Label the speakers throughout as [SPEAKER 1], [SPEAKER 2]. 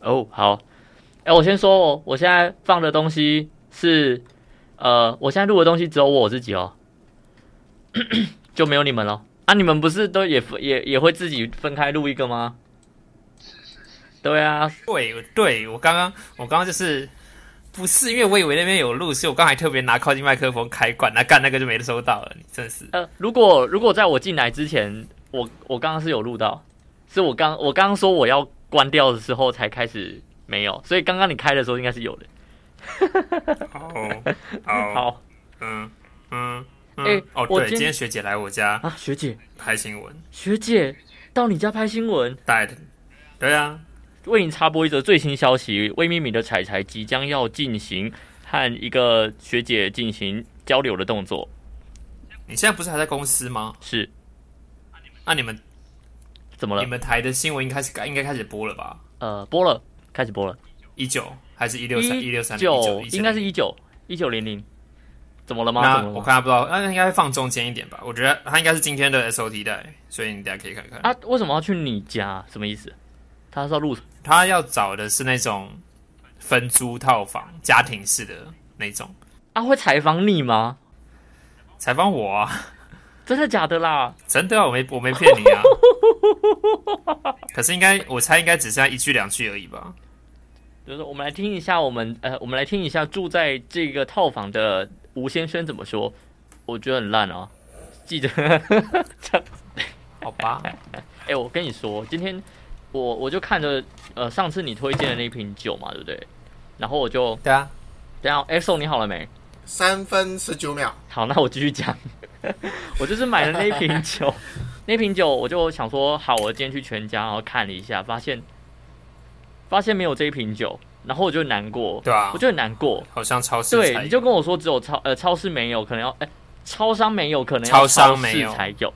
[SPEAKER 1] 哦，好，哎，我先说哦，我现在放的东西是，呃，我现在录的东西只有我自己哦， 就没有你们了啊！你们不是都也分也也会自己分开录一个吗？对啊，
[SPEAKER 2] 对对，我刚刚我刚刚就是不是因为我以为那边有录，所以我刚才特别拿靠近麦克风开罐，那干那个就没收到了，你真是。
[SPEAKER 1] 呃，如果如果在我进来之前，我我刚刚是有录到，是我刚我刚刚说我要关掉的时候才开始没有，所以刚刚你开的时候应该是有的。
[SPEAKER 2] 哦 哦，
[SPEAKER 1] 好
[SPEAKER 2] 嗯嗯嗯，
[SPEAKER 1] 哎
[SPEAKER 2] 哦
[SPEAKER 1] 我
[SPEAKER 2] 对，
[SPEAKER 1] 今
[SPEAKER 2] 今天学姐来我家
[SPEAKER 1] 啊，学姐
[SPEAKER 2] 拍新闻，
[SPEAKER 1] 学姐到你家拍新闻。
[SPEAKER 2] 带的，对啊，
[SPEAKER 1] 为您插播一则最新消息：微米米的彩彩即将要进行和一个学姐进行交流的动作，
[SPEAKER 2] 你现在不是还在公司吗？
[SPEAKER 1] 是
[SPEAKER 2] 那、你们
[SPEAKER 1] 怎么
[SPEAKER 2] 你
[SPEAKER 1] 了？
[SPEAKER 2] 们台的新闻应该是应该开始播了吧？
[SPEAKER 1] 呃，播了，开始播了，
[SPEAKER 2] 一九还是一六三一六三
[SPEAKER 1] 九
[SPEAKER 2] 一
[SPEAKER 1] 应该是一九一九零零，怎么了吗？
[SPEAKER 2] 那
[SPEAKER 1] 怎么
[SPEAKER 2] 我
[SPEAKER 1] 了吗？
[SPEAKER 2] 看他不知道，那应该会放中间一点吧？我觉得他应该是今天的 SOT 带，所以你等一下可以看看。
[SPEAKER 1] 啊，为什么要去你家？什么意思？他是要录
[SPEAKER 2] 他要找的是那种分租套房、家庭式的那种。
[SPEAKER 1] 啊？会采访你吗？
[SPEAKER 2] 采访我啊，
[SPEAKER 1] 真的假的啦？
[SPEAKER 2] 真的啊、我没我没骗你 啊。可是应该，我猜应该只剩下一句两句而已吧。
[SPEAKER 1] 就是我们来听一下，我们呃，我们来听一下住在这个套房的吴先生怎么说。我觉得很烂啊，记者。
[SPEAKER 2] 好吧，
[SPEAKER 1] 哎、我跟你说，今天我我就看着呃上次你推荐的那瓶酒嘛，对不对？然后我就
[SPEAKER 2] 对啊，
[SPEAKER 1] 等一下，XO 你好了没？
[SPEAKER 3] 三分十九秒，
[SPEAKER 1] 好，那我继续讲。 我就是买了那瓶酒，那瓶酒我就想说，好，我今天去全家，然后看了一下，发现发现没有这一瓶酒，然后我就难过，
[SPEAKER 2] 对啊
[SPEAKER 1] 我，就很难过。
[SPEAKER 2] 好像超市才
[SPEAKER 1] 对，
[SPEAKER 2] 有
[SPEAKER 1] 你就跟我说只有超呃超市没有，可能要哎、超商没有，可能要
[SPEAKER 2] 超商
[SPEAKER 1] 市
[SPEAKER 2] 没有哎
[SPEAKER 1] 才有。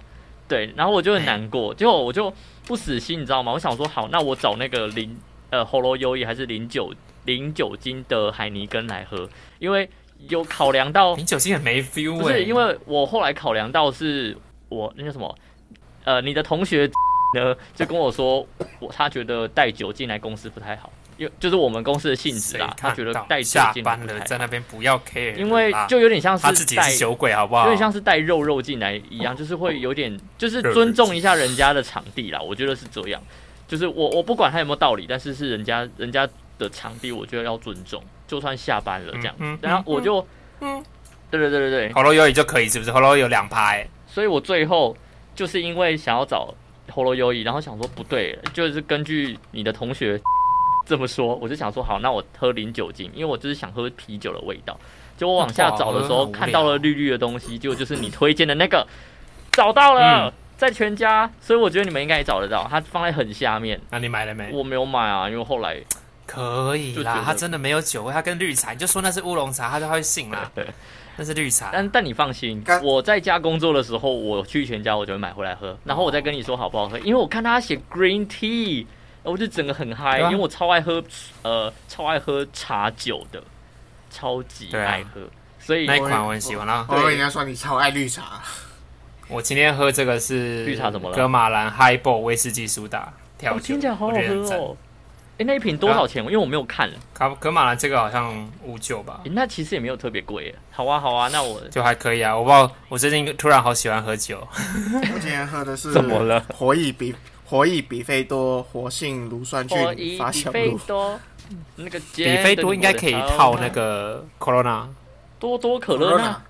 [SPEAKER 1] 对，然后我就很难过，结果我就不死心，你知道吗？我想说好，那我找那个零呃喉咙优异还是零酒零酒精的海尼根来喝，因为有考量到
[SPEAKER 2] 你酒精很没 feel
[SPEAKER 1] 不
[SPEAKER 2] 哎、
[SPEAKER 1] 是因为我后来考量到是我那叫什么呃你的同学 呢就跟我说我他觉得带酒进来公司不太好，因为就是我们公司的性质
[SPEAKER 2] 谁
[SPEAKER 1] 啦，他
[SPEAKER 2] 看
[SPEAKER 1] 觉得
[SPEAKER 2] 到
[SPEAKER 1] 带酒
[SPEAKER 2] 下
[SPEAKER 1] 进来
[SPEAKER 2] 班
[SPEAKER 1] 不太
[SPEAKER 2] 了
[SPEAKER 1] 好。
[SPEAKER 2] 在那边不要 care，
[SPEAKER 1] 因为
[SPEAKER 2] 啦
[SPEAKER 1] 就有点像是
[SPEAKER 2] 啊他自己也
[SPEAKER 1] 带
[SPEAKER 2] 是啊酒鬼好不好？
[SPEAKER 1] 有点像是带肉肉进来一样，就是会有点，就是尊重一下人家的场地啦。我觉得是这样，就是我我不管他有没有道理，但是是人家人家的场地，我觉得要尊重，就算下班了这样。
[SPEAKER 2] 嗯嗯
[SPEAKER 1] 然后我就，
[SPEAKER 2] 嗯
[SPEAKER 1] 对对对对对，
[SPEAKER 2] 喉咙有也就可以，是不是？喉咙有两排，
[SPEAKER 1] 所以我最后就是因为想要找喉咙优衣，然后想说不对，就是根据你的同学 这么说，我就想说好，那我喝零酒精，因为我就是想喝啤酒的味道。就我往下找的时
[SPEAKER 2] 哇好
[SPEAKER 1] 候，
[SPEAKER 2] 无聊
[SPEAKER 1] 看到了绿绿的东西，结果就是你推荐的那个，找到了，
[SPEAKER 2] 嗯
[SPEAKER 1] 在全家，所以我觉得你们应该也找得到，它放在很下面。
[SPEAKER 2] 那你买了没？
[SPEAKER 1] 我没有买啊，因为后来
[SPEAKER 2] 可以
[SPEAKER 1] 就觉
[SPEAKER 2] 啦
[SPEAKER 1] 得，
[SPEAKER 2] 它真的没有酒味，它跟绿茶，你就说那是乌龙茶，他就会信啦。那是绿茶，
[SPEAKER 1] 但但你放心，
[SPEAKER 3] 干
[SPEAKER 1] 我在家工作的时候，我去全家我就会买回来喝，然后我再跟你说好不好喝，因为我看他写 green tea，我就整个很嗨、
[SPEAKER 2] 对啊
[SPEAKER 1] 因为我超爱喝呃超爱喝茶酒的，超级
[SPEAKER 2] 对啊
[SPEAKER 1] 爱喝，所以
[SPEAKER 2] 那一款我很喜欢啦。
[SPEAKER 1] 哦
[SPEAKER 3] 我跟人家说你超爱绿茶，
[SPEAKER 2] 我今天喝这个是
[SPEAKER 1] 绿茶怎么了
[SPEAKER 2] 格马兰 Highball 威士忌苏打调
[SPEAKER 1] 我
[SPEAKER 2] 酒，
[SPEAKER 1] 哦听起来好好
[SPEAKER 2] 我觉得很
[SPEAKER 1] 喝
[SPEAKER 2] 赞。啊
[SPEAKER 1] 哦。哎、那一瓶多少钱？因为我没有看、
[SPEAKER 2] 格格马兰这个好像五九吧
[SPEAKER 1] 诶，那其实也没有特别贵耶。好啊，好啊，那我
[SPEAKER 2] 就还可以啊。我不知道，我最近突然好喜欢喝酒，
[SPEAKER 3] 我今天喝的是
[SPEAKER 1] 怎么了？
[SPEAKER 3] 活益比活益比菲多活性乳酸
[SPEAKER 1] 我
[SPEAKER 3] 菌
[SPEAKER 1] 一
[SPEAKER 3] 发
[SPEAKER 1] 比
[SPEAKER 3] 酵
[SPEAKER 1] 菲
[SPEAKER 3] 乳，
[SPEAKER 1] 多嗯那个比
[SPEAKER 2] 比菲多应该可以套那个 Corona。
[SPEAKER 1] 多多可乐呢
[SPEAKER 3] 呢？？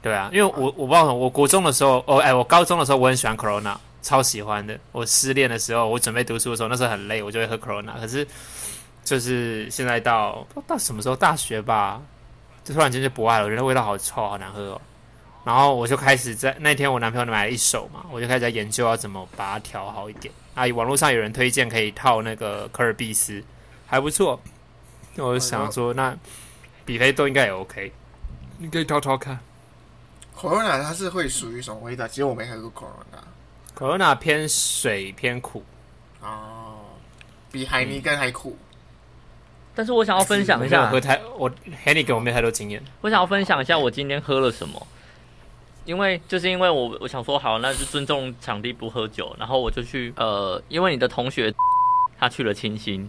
[SPEAKER 2] 对啊，因为我我忘了，我国中的时候，哦，哎，我高中的时候我很喜欢 Corona，超喜欢的。我失恋的时候，我准备读书的时候，那时候很累，我就会喝 Corona。可是就是现在到不知道到什么时候大学吧，就突然间就不爱了，我觉得味道好臭，好难喝哦。然后我就开始在那天我男朋友买了一手嘛，我就开始在研究要怎么把它调好一点。啊，网络上有人推荐可以套那个可尔必斯，还不错。我就想说，那比菲都应该也 OK，你可以套套看。
[SPEAKER 3] Corona 它是会属于什么味道？其实我没喝过 Corona
[SPEAKER 2] Corona 偏水偏苦，
[SPEAKER 3] 哦，比海尼根还苦。
[SPEAKER 1] 嗯但是我想要分享一
[SPEAKER 2] 我没有
[SPEAKER 1] 下
[SPEAKER 2] 喝，太我 h e n n y 给我没有太多经验，
[SPEAKER 1] 我想要分享一下我今天喝了什么，因为就是因为我我想说好，那就尊重场 地不喝酒，然后我就去呃，因为你的同学他去了清新，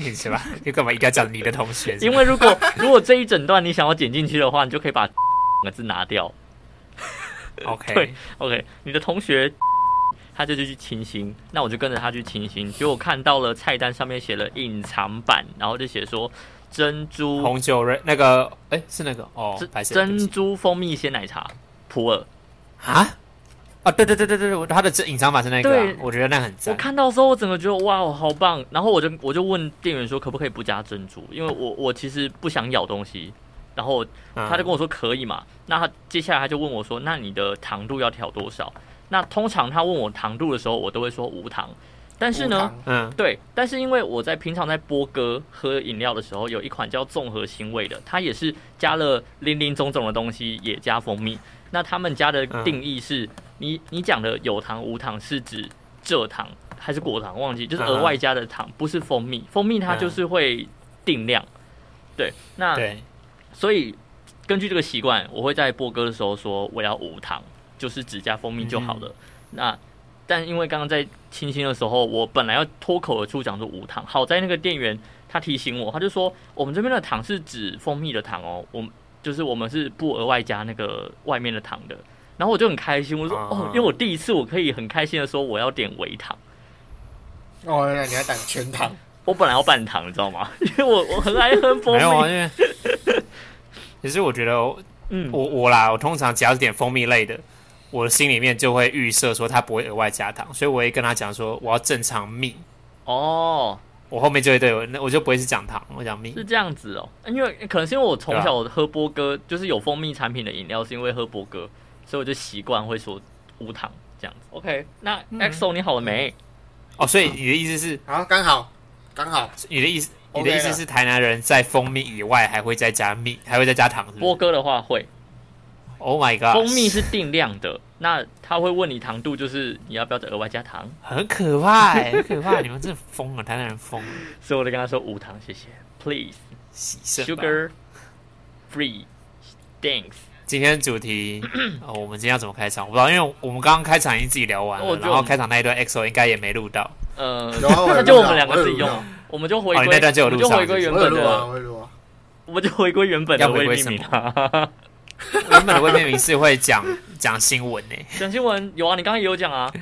[SPEAKER 2] 你是吧？ 你干嘛一定要讲你的 同学？
[SPEAKER 1] 因为如果如果这一整段你想要剪进去的话，你就可以把 两个字拿掉。对
[SPEAKER 2] OK，
[SPEAKER 1] OK，你的同学 他就去清新，那我就跟着他去清新，结果看到了菜单上面写了隐藏版，然后就写说珍珠
[SPEAKER 2] 红酒瑞那个，哎、是那个哦，白色
[SPEAKER 1] 珍珠蜂蜜鲜奶茶普洱。
[SPEAKER 2] 啊啊，对对对对对，我他的这隐藏版是那个啊、
[SPEAKER 1] 对
[SPEAKER 2] 我觉得那很
[SPEAKER 1] 我
[SPEAKER 2] 赞。
[SPEAKER 1] 看到的时候，我整个觉得哇，好棒！然后我就我就问店员说，可不可以不加珍珠？因为我我其实不想咬东西。然后
[SPEAKER 2] 嗯
[SPEAKER 1] 他就跟我说可以嘛。那他接下来他就问我说，那你的糖度要调多少？那通常他问我糖度的时候，我都会说无糖。但是呢，
[SPEAKER 3] 无糖，
[SPEAKER 2] 嗯
[SPEAKER 1] 对，但是因为我在平常在播歌喝饮料的时候，有一款叫综合腥味的，它也是加了零零总总的东西，也加蜂蜜。那他们家的定义是，你你讲的有糖无糖是指蔗糖还是果糖？忘记，就是额外加的糖，不是蜂蜜。蜂蜜它就是会定量。对，那
[SPEAKER 2] 对，
[SPEAKER 1] 所以根据这个习惯，我会在播歌的时候说我要无糖，就是只加蜂蜜就好
[SPEAKER 2] 嗯
[SPEAKER 1] 了。那但因为刚刚在清新的时候，我本来要脱口而出讲说无糖，好在那个店员他提醒我，他就说我们这边的糖是指蜂蜜的糖哦，我们就是我们是不额外加那个外面的糖的。然后我就很开心，我说、
[SPEAKER 2] 啊
[SPEAKER 1] 哦，因为我第一次我可以很开心的说我要点微糖。
[SPEAKER 3] 哦，原来你还打全糖，
[SPEAKER 1] 我本来要半糖，你知道吗？因为我我很爱喝蜂
[SPEAKER 2] 没有啊，
[SPEAKER 1] 蜜，
[SPEAKER 2] 因为 其实我觉得我
[SPEAKER 1] 嗯，
[SPEAKER 2] 我我啦，我通常只要是点蜂蜜类的，我心里面就会预设说它不会额外加糖，所以我会跟他讲说我要正常蜜，
[SPEAKER 1] 哦，
[SPEAKER 2] 我后面就会对我那我就不会是讲糖，我讲蜜
[SPEAKER 1] 是。这样子哦，因为可能是因为我从小喝波哥，就是有蜂蜜产品的饮料，是因为喝波哥，所以我就习惯会说无糖这样子。OK，那 XO 你好了没？
[SPEAKER 2] 哦，所以你的意思是，
[SPEAKER 3] 好，刚好，刚好，
[SPEAKER 2] 你的意思，你
[SPEAKER 3] OK
[SPEAKER 2] 的意思
[SPEAKER 3] 了
[SPEAKER 2] 是台南人在蜂蜜以外还会再加蜜， 还会再加糖是不
[SPEAKER 1] 波
[SPEAKER 2] 是
[SPEAKER 1] 哥的话
[SPEAKER 2] 嗯
[SPEAKER 1] 会，
[SPEAKER 2] ？Oh my god，
[SPEAKER 1] 蜂蜜是定量的，那他会问你糖度，就是你要不要再额外加糖，
[SPEAKER 2] 很可怕、欸，很可怕，你们真的疯了，台南人疯了，
[SPEAKER 1] 所以我就跟他说无糖，谢谢，please
[SPEAKER 2] 喜盛吧
[SPEAKER 1] sugar free thanks。
[SPEAKER 2] 今天主题、哦，我们今天要怎么开场？我不知道，因为我们刚刚开场已经自己聊完
[SPEAKER 1] 我
[SPEAKER 2] 了，
[SPEAKER 1] 就
[SPEAKER 2] 然后开场那一段 XO 应该也没录到。
[SPEAKER 1] 呃，
[SPEAKER 3] 有啊，我
[SPEAKER 1] 那
[SPEAKER 3] 有
[SPEAKER 1] 就
[SPEAKER 3] 录
[SPEAKER 1] 我
[SPEAKER 3] 到
[SPEAKER 1] 们两个
[SPEAKER 3] 我有
[SPEAKER 1] 自己
[SPEAKER 3] 录到
[SPEAKER 1] 用，我们就回
[SPEAKER 2] 哦你
[SPEAKER 1] 归，
[SPEAKER 2] 那段就有
[SPEAKER 1] 我
[SPEAKER 2] 录
[SPEAKER 1] 们就
[SPEAKER 2] 上
[SPEAKER 1] 回归原
[SPEAKER 3] 我有
[SPEAKER 1] 本
[SPEAKER 3] 录啊，
[SPEAKER 1] 的，
[SPEAKER 3] 我有录啊，
[SPEAKER 1] 我们就回归原本的
[SPEAKER 2] 要回
[SPEAKER 1] 未
[SPEAKER 2] 归
[SPEAKER 1] 命名
[SPEAKER 2] 什
[SPEAKER 1] 啊。
[SPEAKER 2] 原本的未命名是会讲讲新闻呢、
[SPEAKER 1] 蒋新闻有啊，你刚刚也有讲 啊，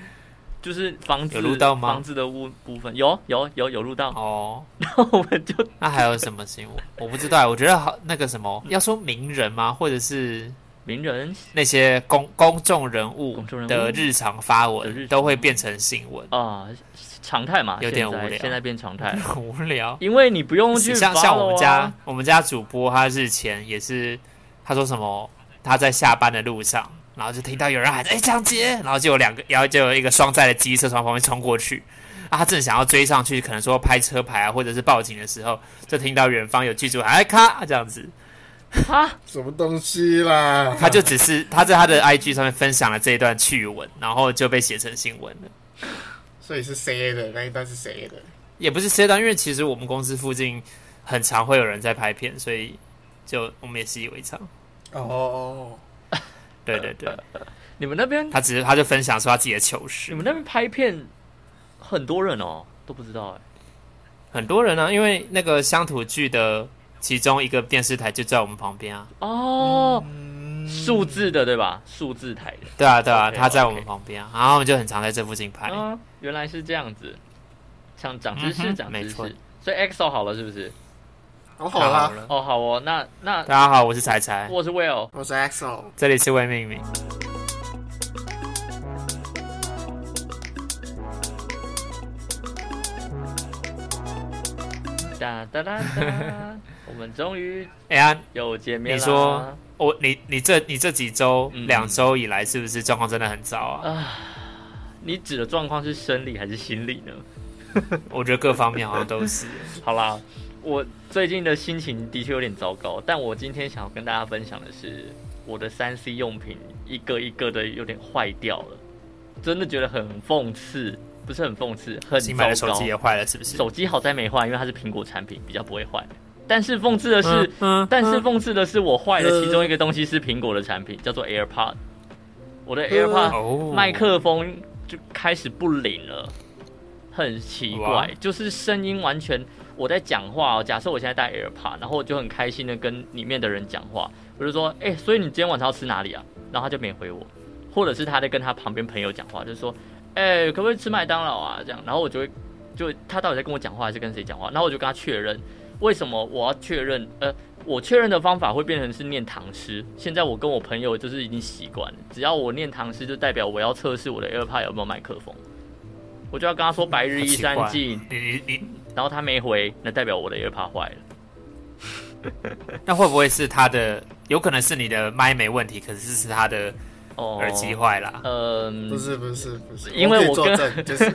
[SPEAKER 1] 就是房子
[SPEAKER 2] 有录到吗
[SPEAKER 1] 房子的部部分有有有有录到，
[SPEAKER 2] 哦，
[SPEAKER 1] 我们就
[SPEAKER 2] 那还有什么新闻？我不知道欸，我觉得好那个什么，要说名人吗？或者是
[SPEAKER 1] 名人
[SPEAKER 2] 那些公公众人物
[SPEAKER 1] 公众人物
[SPEAKER 2] 的日常发
[SPEAKER 1] 的日
[SPEAKER 2] 文
[SPEAKER 1] 常
[SPEAKER 2] 都会变成新闻，
[SPEAKER 1] 啊、常态嘛，
[SPEAKER 2] 有点
[SPEAKER 1] 现在
[SPEAKER 2] 无聊
[SPEAKER 1] 现在变常态了，
[SPEAKER 2] 很 无聊。
[SPEAKER 1] 因为你不用去
[SPEAKER 2] 像像我们
[SPEAKER 1] follow
[SPEAKER 2] 家
[SPEAKER 1] 啊，
[SPEAKER 2] 我们家主播，他日前也是他说什么，他在下班的路上，然后就听到 有人喊哎张杰，然后就有两个，然后就有一个双载的机车从他旁边冲过去。啊，他正想要追上去，可能说拍车牌啊，或者是报警的时候，就听到远方有剧组喊“哎咔”这样子，
[SPEAKER 1] 哈，
[SPEAKER 3] 什么东西啦？
[SPEAKER 2] 他就
[SPEAKER 1] 嗯
[SPEAKER 2] 只是他在他的 IG 上面分享了这一段趣闻，然后就被写成新闻了。
[SPEAKER 3] 所以是 C A 的那一段是 C A 的，
[SPEAKER 2] 也不是 C 段，因为其实我们公司附近很常会有人在拍片，所以就我们也习以为常。
[SPEAKER 3] 哦哦，
[SPEAKER 2] 对对对，
[SPEAKER 1] 你们那边
[SPEAKER 2] 他只是他就分享说他自己的糗
[SPEAKER 1] 呃你
[SPEAKER 2] 事。
[SPEAKER 1] 们那边拍片很多人哦，都不知道哎、
[SPEAKER 2] 很多人呢、啊因为那个乡土剧的其中一个电视台就在我们旁边啊。
[SPEAKER 1] 哦，
[SPEAKER 3] 嗯
[SPEAKER 2] 嗯
[SPEAKER 1] 数、字的对吧？数字台的，
[SPEAKER 2] 对啊，对啊，
[SPEAKER 1] OK，
[SPEAKER 2] 他在我们旁边啊，然后我们就很常在这附近拍。
[SPEAKER 1] 嗯、原来是这样子，想长知
[SPEAKER 2] 嗯
[SPEAKER 1] 识，
[SPEAKER 2] 哼
[SPEAKER 1] 长
[SPEAKER 2] 没
[SPEAKER 1] 知识
[SPEAKER 2] 错，嗯
[SPEAKER 1] 所以 XO 好了是不是？
[SPEAKER 3] 我好啊
[SPEAKER 2] 太好
[SPEAKER 3] 啦，
[SPEAKER 2] 了，
[SPEAKER 1] 哦，好哦，那那
[SPEAKER 2] 大家好，我是彩彩，
[SPEAKER 1] 我是 Will。
[SPEAKER 3] 我是 XO，
[SPEAKER 2] 这里是未命名。
[SPEAKER 1] 哒哒哒哒，我们终于
[SPEAKER 2] 哎呀，
[SPEAKER 1] 又见面了。
[SPEAKER 2] 你说我你你这你这几周
[SPEAKER 1] 嗯呃
[SPEAKER 2] 两周以来是不是状况真的很糟啊？
[SPEAKER 1] 你指的状况是生理还是心理呢？
[SPEAKER 2] 我觉得各方面好像都是。
[SPEAKER 1] 好啦，我最近的心情的确有点糟糕，但我今天想要跟大家分享的是，我的三 C 用品一个一个的有点坏掉了，真的觉得很讽刺，不是很讽刺，很
[SPEAKER 2] 新买的
[SPEAKER 1] 糟
[SPEAKER 2] 手
[SPEAKER 1] 糕。
[SPEAKER 2] 机也哦坏了，是不是？
[SPEAKER 1] 手机好在没坏，因为它是苹果产品，比较不会坏。但是讽刺的是，
[SPEAKER 2] 嗯嗯呃
[SPEAKER 1] 但是讽刺的是，我坏的其中一个东西是苹果的产品，叫做 AirPod。我的 AirPod
[SPEAKER 2] 哦，
[SPEAKER 1] 麦克风就开始不灵了，很奇
[SPEAKER 2] 哇
[SPEAKER 1] 怪，就是声音完全，我我在讲话、哦，假设我现在戴 AirPod，然后我就很开心的跟里面的人讲话，我就说，哎、所以你今天晚上要吃哪里啊？然后他就没回我，或者是他在跟他旁边朋友讲话，就说，哎、可不可以吃麦当劳啊？这样，然后我就会，就他到底在跟我讲话还是跟谁讲话？然后我就跟他确认，为什么我要确认？呃，我确认的方法会变成是念唐诗。现在我跟我朋友就是已经习惯了，只要我念唐诗，就代表我要测试我的 AirPod 有没有麦克风。我就要跟他说“白日依山
[SPEAKER 2] 好奇
[SPEAKER 1] 尽”，
[SPEAKER 2] 你你你，
[SPEAKER 1] 然后他没回，那代表我的 AirPod 坏了。
[SPEAKER 2] 那会不会是他的？有可能是你的麦没问题，可是是他的
[SPEAKER 1] 哦，
[SPEAKER 2] 耳机坏啦。
[SPEAKER 1] 嗯、
[SPEAKER 3] 不是不是不是，
[SPEAKER 1] 因为
[SPEAKER 3] 我可
[SPEAKER 1] 我跟
[SPEAKER 3] 以作证，就是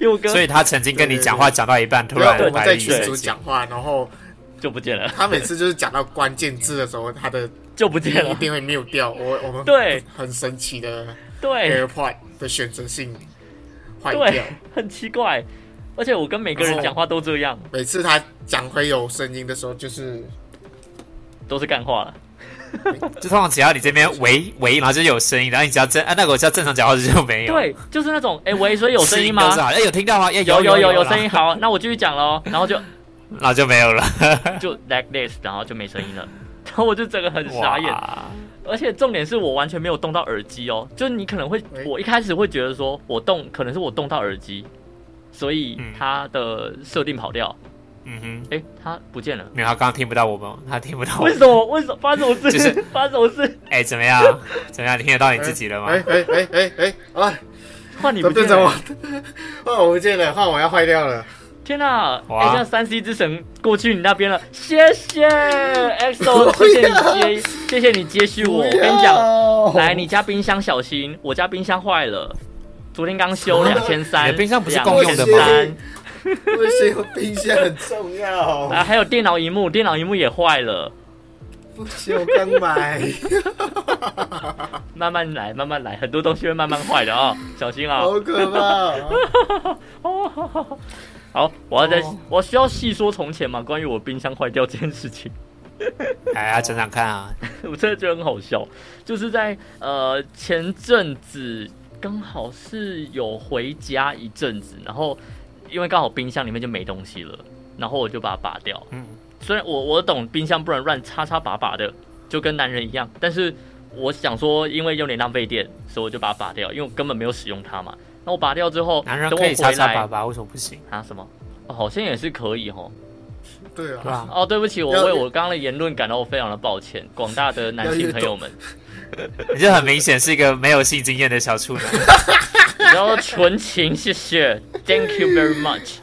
[SPEAKER 1] 又跟
[SPEAKER 2] 所以他曾经跟你讲话讲到一半，突
[SPEAKER 3] 因为
[SPEAKER 2] 然
[SPEAKER 3] 啊我们
[SPEAKER 2] 白
[SPEAKER 3] 在
[SPEAKER 2] 日
[SPEAKER 3] 群
[SPEAKER 2] 依
[SPEAKER 3] 主
[SPEAKER 2] 山
[SPEAKER 3] 讲话，然后
[SPEAKER 1] 就不见了，
[SPEAKER 3] 他每次就是讲到关键字的时候，他的
[SPEAKER 1] 就不见
[SPEAKER 3] 一
[SPEAKER 1] 了。
[SPEAKER 3] 定会 mute 掉。我我们
[SPEAKER 1] 啊对
[SPEAKER 3] 很神奇的
[SPEAKER 1] 对
[SPEAKER 3] AirPod 的选择性坏掉
[SPEAKER 1] 对，，很奇怪。而且我跟每个人讲话都这样，
[SPEAKER 3] 每次他讲回有声音的时候，就是
[SPEAKER 1] 都是干话了。
[SPEAKER 2] 就通常只要你这边喂喂，然后就有声音，然后你只要正啊，那个我只要正常讲话就没有。，
[SPEAKER 1] 对，就是那种哎、喂，所以有声音
[SPEAKER 2] 都
[SPEAKER 1] 吗
[SPEAKER 2] 是？好哎，有听到吗？哎
[SPEAKER 1] 有
[SPEAKER 2] 有
[SPEAKER 1] 有有有
[SPEAKER 2] 然后
[SPEAKER 1] 声音，好，那我继续讲喽。然后就
[SPEAKER 2] 然后就没有了。
[SPEAKER 1] 就 like this，然后就没声音了。 然后我就整个很 傻眼，
[SPEAKER 2] 哇
[SPEAKER 1] 而且重点是我完全没有动到耳机哦，就你可能会，
[SPEAKER 3] 喂
[SPEAKER 1] 我一开始会觉得说我动，可能是我动到耳机，所以
[SPEAKER 2] 嗯
[SPEAKER 1] 它的设定跑掉，
[SPEAKER 2] 嗯哼，
[SPEAKER 1] 哎、它不见了，
[SPEAKER 2] 没有，他刚刚听不到我们，他听不到我
[SPEAKER 1] 为
[SPEAKER 2] 们。
[SPEAKER 1] 什么？为什么发生什么事？
[SPEAKER 2] 就是
[SPEAKER 1] 发生什么事？
[SPEAKER 2] 哎，怎么样？怎么样？你听得到你自己了吗？
[SPEAKER 3] 哎哎哎哎哎，啊，
[SPEAKER 1] 换你不
[SPEAKER 3] 怎
[SPEAKER 1] 见
[SPEAKER 3] 么变成我
[SPEAKER 1] 了？？
[SPEAKER 3] 换我不见了，换我要坏掉了。
[SPEAKER 1] 天哪、啊！哎、
[SPEAKER 2] 哇
[SPEAKER 1] 这样三 C 之神过去你那边了，谢 谢 XO，谢谢你接，谢谢你接续我。我跟你讲，
[SPEAKER 2] 哦
[SPEAKER 3] 讲
[SPEAKER 1] 来，你家冰箱小心，我家冰箱坏了，昨天刚修两千三。
[SPEAKER 2] 哦你的冰箱不是共
[SPEAKER 3] 用的吗卫生冰箱很 重要，
[SPEAKER 1] 啊，还有电脑荧幕，电脑荧幕也坏了。
[SPEAKER 3] 不行，我刚买。
[SPEAKER 1] 慢慢来，慢慢来，很多东西会慢慢坏的 哦，小心啊、
[SPEAKER 3] 好可怕！
[SPEAKER 1] 好，我要再，
[SPEAKER 3] 哦
[SPEAKER 1] 我需要细说从前嘛，关于我冰箱坏掉这件事情。
[SPEAKER 2] 哎呀，讲讲看啊，
[SPEAKER 1] 我真的觉得很好笑，就是在呃前阵子刚好是有回家一阵子，然后因为刚好冰箱里面就没东西了，然后我就把它拔掉。
[SPEAKER 2] 嗯，
[SPEAKER 1] 虽然我我懂冰箱不能乱插插拔拔的，就跟男人一样，但是我想说，因为有点浪费电，所以我就把它拔掉，因为我根本没有使用它嘛。那我拔掉之后，
[SPEAKER 2] 男人
[SPEAKER 1] 等我
[SPEAKER 2] 可以
[SPEAKER 1] 回
[SPEAKER 2] 插插
[SPEAKER 1] 来
[SPEAKER 2] 拔拔，为什么不行？
[SPEAKER 1] 啊什么？哦，好像也是可以吼。
[SPEAKER 3] 对
[SPEAKER 2] 对
[SPEAKER 3] 啊，
[SPEAKER 2] 吧？
[SPEAKER 1] 哦，对不起，我
[SPEAKER 3] 要
[SPEAKER 1] 为我刚刚的言论感到非常的抱歉，广大的男性朋友们。
[SPEAKER 2] 你这很明显是一个没有性经验的小处男。
[SPEAKER 1] 然后纯情，谢谢，Thank you very much。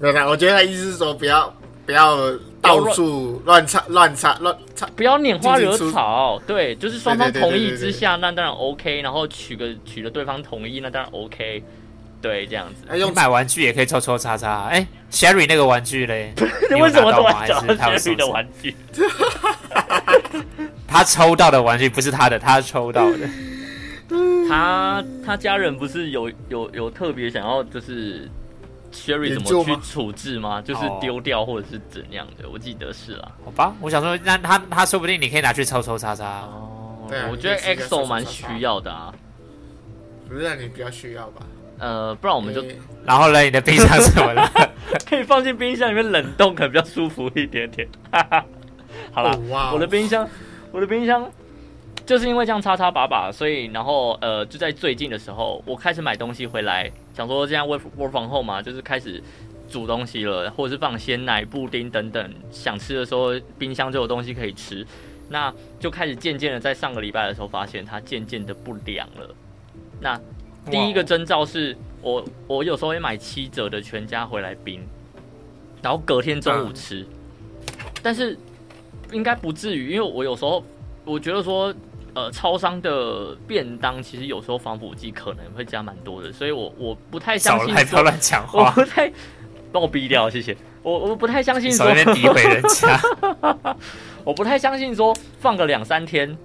[SPEAKER 3] 没有啦，我觉得他意思是说不要不要到处乱插乱插乱插，
[SPEAKER 1] 不要拈花惹 草，对，就是双方
[SPEAKER 3] 对对对
[SPEAKER 1] 同
[SPEAKER 3] 对
[SPEAKER 1] 意之下，那当然 OK。然后取个取了对方同意，那当然 OK。对，这样子。
[SPEAKER 3] 哎
[SPEAKER 2] 你
[SPEAKER 3] 用
[SPEAKER 2] 买玩具也可以抽抽插插。哎，Sherry 那个玩具嘞？你有
[SPEAKER 1] 为什么
[SPEAKER 2] 拿
[SPEAKER 1] 突
[SPEAKER 2] 到吗
[SPEAKER 1] 然讲
[SPEAKER 2] 还是他
[SPEAKER 1] 到学
[SPEAKER 2] 有送
[SPEAKER 1] 女的
[SPEAKER 2] 什么
[SPEAKER 1] 玩具？
[SPEAKER 2] 他抽到的玩具不是他的，他抽到的。
[SPEAKER 1] 他他家人不是有有有特别想要就是 Sherry
[SPEAKER 3] 研
[SPEAKER 1] 怎么
[SPEAKER 3] 究
[SPEAKER 1] 去
[SPEAKER 3] 吗
[SPEAKER 1] 处置吗？就是
[SPEAKER 2] 哦
[SPEAKER 1] 丢掉或者是怎样的？我记得是啦。
[SPEAKER 2] 好吧，我想说，那他他说不定你可以拿去抽抽插插。
[SPEAKER 1] 哦
[SPEAKER 3] 对啊
[SPEAKER 1] 我觉得
[SPEAKER 3] 你可以试一下
[SPEAKER 1] EXO 蛮
[SPEAKER 3] 搜索查
[SPEAKER 1] 需要的啊。
[SPEAKER 3] 不是让你比较需要吧？哎
[SPEAKER 1] 呃，不然我
[SPEAKER 3] 我
[SPEAKER 1] 们就
[SPEAKER 2] 然后嘞，你的冰箱怎么了？
[SPEAKER 1] 可以放进冰箱里面冷冻，可能比较舒服一点 点。好啦，
[SPEAKER 3] 哦哇哦
[SPEAKER 1] 我的冰箱，我的冰箱就是因为这样插插拔拔，所以然后呃，就在最近的时候，我开始买东西回来，想说这样 work work from home 嘛，就是开始煮东西了，或者是放鲜奶、布丁等等，想吃的时候冰箱就有东西可以吃。那就开始渐渐的在上个礼拜的时候发现它渐渐的不凉了。那 第一个 征兆是我我有时候会买七折的全家回来冰，然后隔天中午吃，但是应该不至于，因为我有时候我觉得说，呃，超商的便当其实有时候防腐剂可能会加蛮多的，所以我我不太相
[SPEAKER 2] 少
[SPEAKER 1] 信
[SPEAKER 2] 来，不
[SPEAKER 1] 说，
[SPEAKER 2] 要乱讲
[SPEAKER 1] 我
[SPEAKER 2] 话，
[SPEAKER 1] 不太帮我逼掉，谢谢。我我不太相信
[SPEAKER 2] 少
[SPEAKER 1] 说
[SPEAKER 2] 在，那边诋毁人家。
[SPEAKER 1] 我不太相信说放个两三天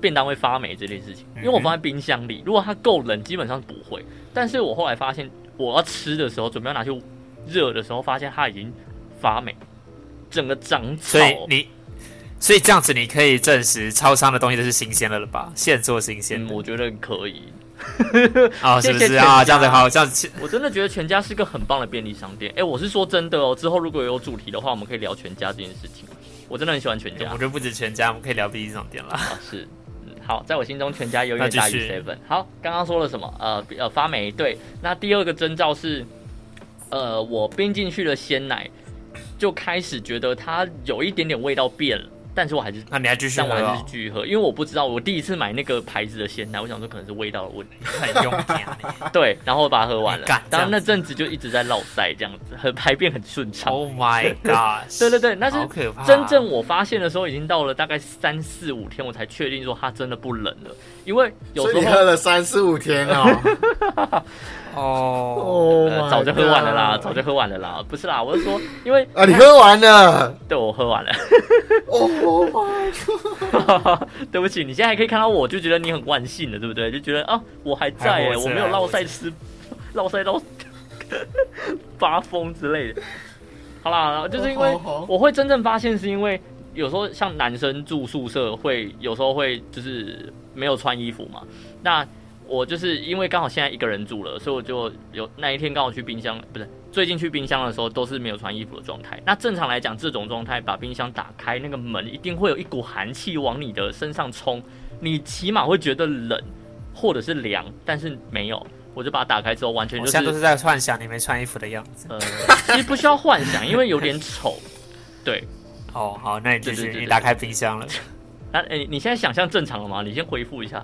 [SPEAKER 1] 便当会发霉这件事
[SPEAKER 2] 嗯
[SPEAKER 1] 情，因为我放在冰箱里，如果它够冷，基本上不会。但是我后来发现，我要吃的时候，准备要拿去热的时候，发现它已经发霉，整个长草嗯
[SPEAKER 2] 所。以你，所以这样子你可以证实超商的东西都是新鲜的了吧？现做新鲜
[SPEAKER 1] 嗯，
[SPEAKER 2] 的。
[SPEAKER 1] 我觉得可以，
[SPEAKER 2] 啊，是
[SPEAKER 1] 嗯谢
[SPEAKER 2] 不是
[SPEAKER 1] 谢
[SPEAKER 2] 啊？
[SPEAKER 1] 全家
[SPEAKER 2] 这样子好，这样子
[SPEAKER 1] 我真的觉得全家是个很棒的便利商店。哎、我是说真的哦，之后如果有主题的话，我们可以聊全家这件事情。我真的很喜欢全家
[SPEAKER 2] 我就不止全家，我们可以聊 B 这种店了。
[SPEAKER 1] 啊，是。嗯好，在我心中全家永远
[SPEAKER 2] 那继
[SPEAKER 1] 大于
[SPEAKER 2] 续
[SPEAKER 1] seven。好，刚刚说了什么？呃呃，发霉。对，那第二个征兆是，呃，我冰进去的鲜奶就开始觉得它有一点点味道变了，但是我还是
[SPEAKER 2] 那你还继续
[SPEAKER 1] 但
[SPEAKER 2] 喝
[SPEAKER 1] 我还是
[SPEAKER 2] 哦？
[SPEAKER 1] 继续喝，因为我不知道我第一次买那个牌子的鲜奶，我想说可能是味道的问 题。
[SPEAKER 2] 很用力啊你
[SPEAKER 1] 对，然后我把它喝完了
[SPEAKER 2] 你敢。
[SPEAKER 1] 当然
[SPEAKER 2] 这
[SPEAKER 1] 那
[SPEAKER 2] 样子
[SPEAKER 1] 阵子就一直在落塞这样子，很排便很顺畅。
[SPEAKER 2] ！Oh my god！
[SPEAKER 1] 对对对，那是
[SPEAKER 2] 好可怕啊
[SPEAKER 1] 真正我发现的时候，已经到了大概三四五天，我才确定说它真的不冷了，因为有
[SPEAKER 3] 所以
[SPEAKER 1] 时
[SPEAKER 3] 你喝
[SPEAKER 1] 候。
[SPEAKER 3] 了三四五天哦，
[SPEAKER 2] 哦，
[SPEAKER 3] 哦
[SPEAKER 1] 呃，早就喝完了啦，早就喝完了啦，不是啦，我是说，因为
[SPEAKER 3] 啊啊，你喝完 了，
[SPEAKER 1] 对我喝完了，Oh
[SPEAKER 3] 哦 my，
[SPEAKER 1] 对不起，你现在还可以看到我，就觉得你很万幸了，对不对？就觉得啊，我还在
[SPEAKER 2] 还活
[SPEAKER 1] 哎、
[SPEAKER 2] 着
[SPEAKER 1] 我没有落赛吃， 落赛到 发疯之类的。好啦，就是因为
[SPEAKER 3] 哦好好
[SPEAKER 1] 我会真正发现，是因为有时候像男生住宿舍会，有时候会就是没有穿衣服嘛。那我就是因为刚好现在一个人住了，所以我就有那一天刚好去冰箱，不是最近去冰箱的时候都是没有穿衣服的状态。那正常来讲，这种状态把冰箱打开，那个门一定会有一股寒气往你的身上冲，你起码会觉得冷或者是凉，但是没有，我就把它打开之后，完全
[SPEAKER 2] 我
[SPEAKER 1] 就
[SPEAKER 2] 现
[SPEAKER 1] 是
[SPEAKER 2] 在都是在幻想你没穿衣服的样子。
[SPEAKER 1] 呃，其实不需要幻想，因为有点丑。对，
[SPEAKER 2] 哦，好，那你继
[SPEAKER 1] 对对
[SPEAKER 2] 续，
[SPEAKER 1] 对对
[SPEAKER 2] 你打开冰箱了。
[SPEAKER 1] 那诶、你现在想象正常了吗？你先恢复一下，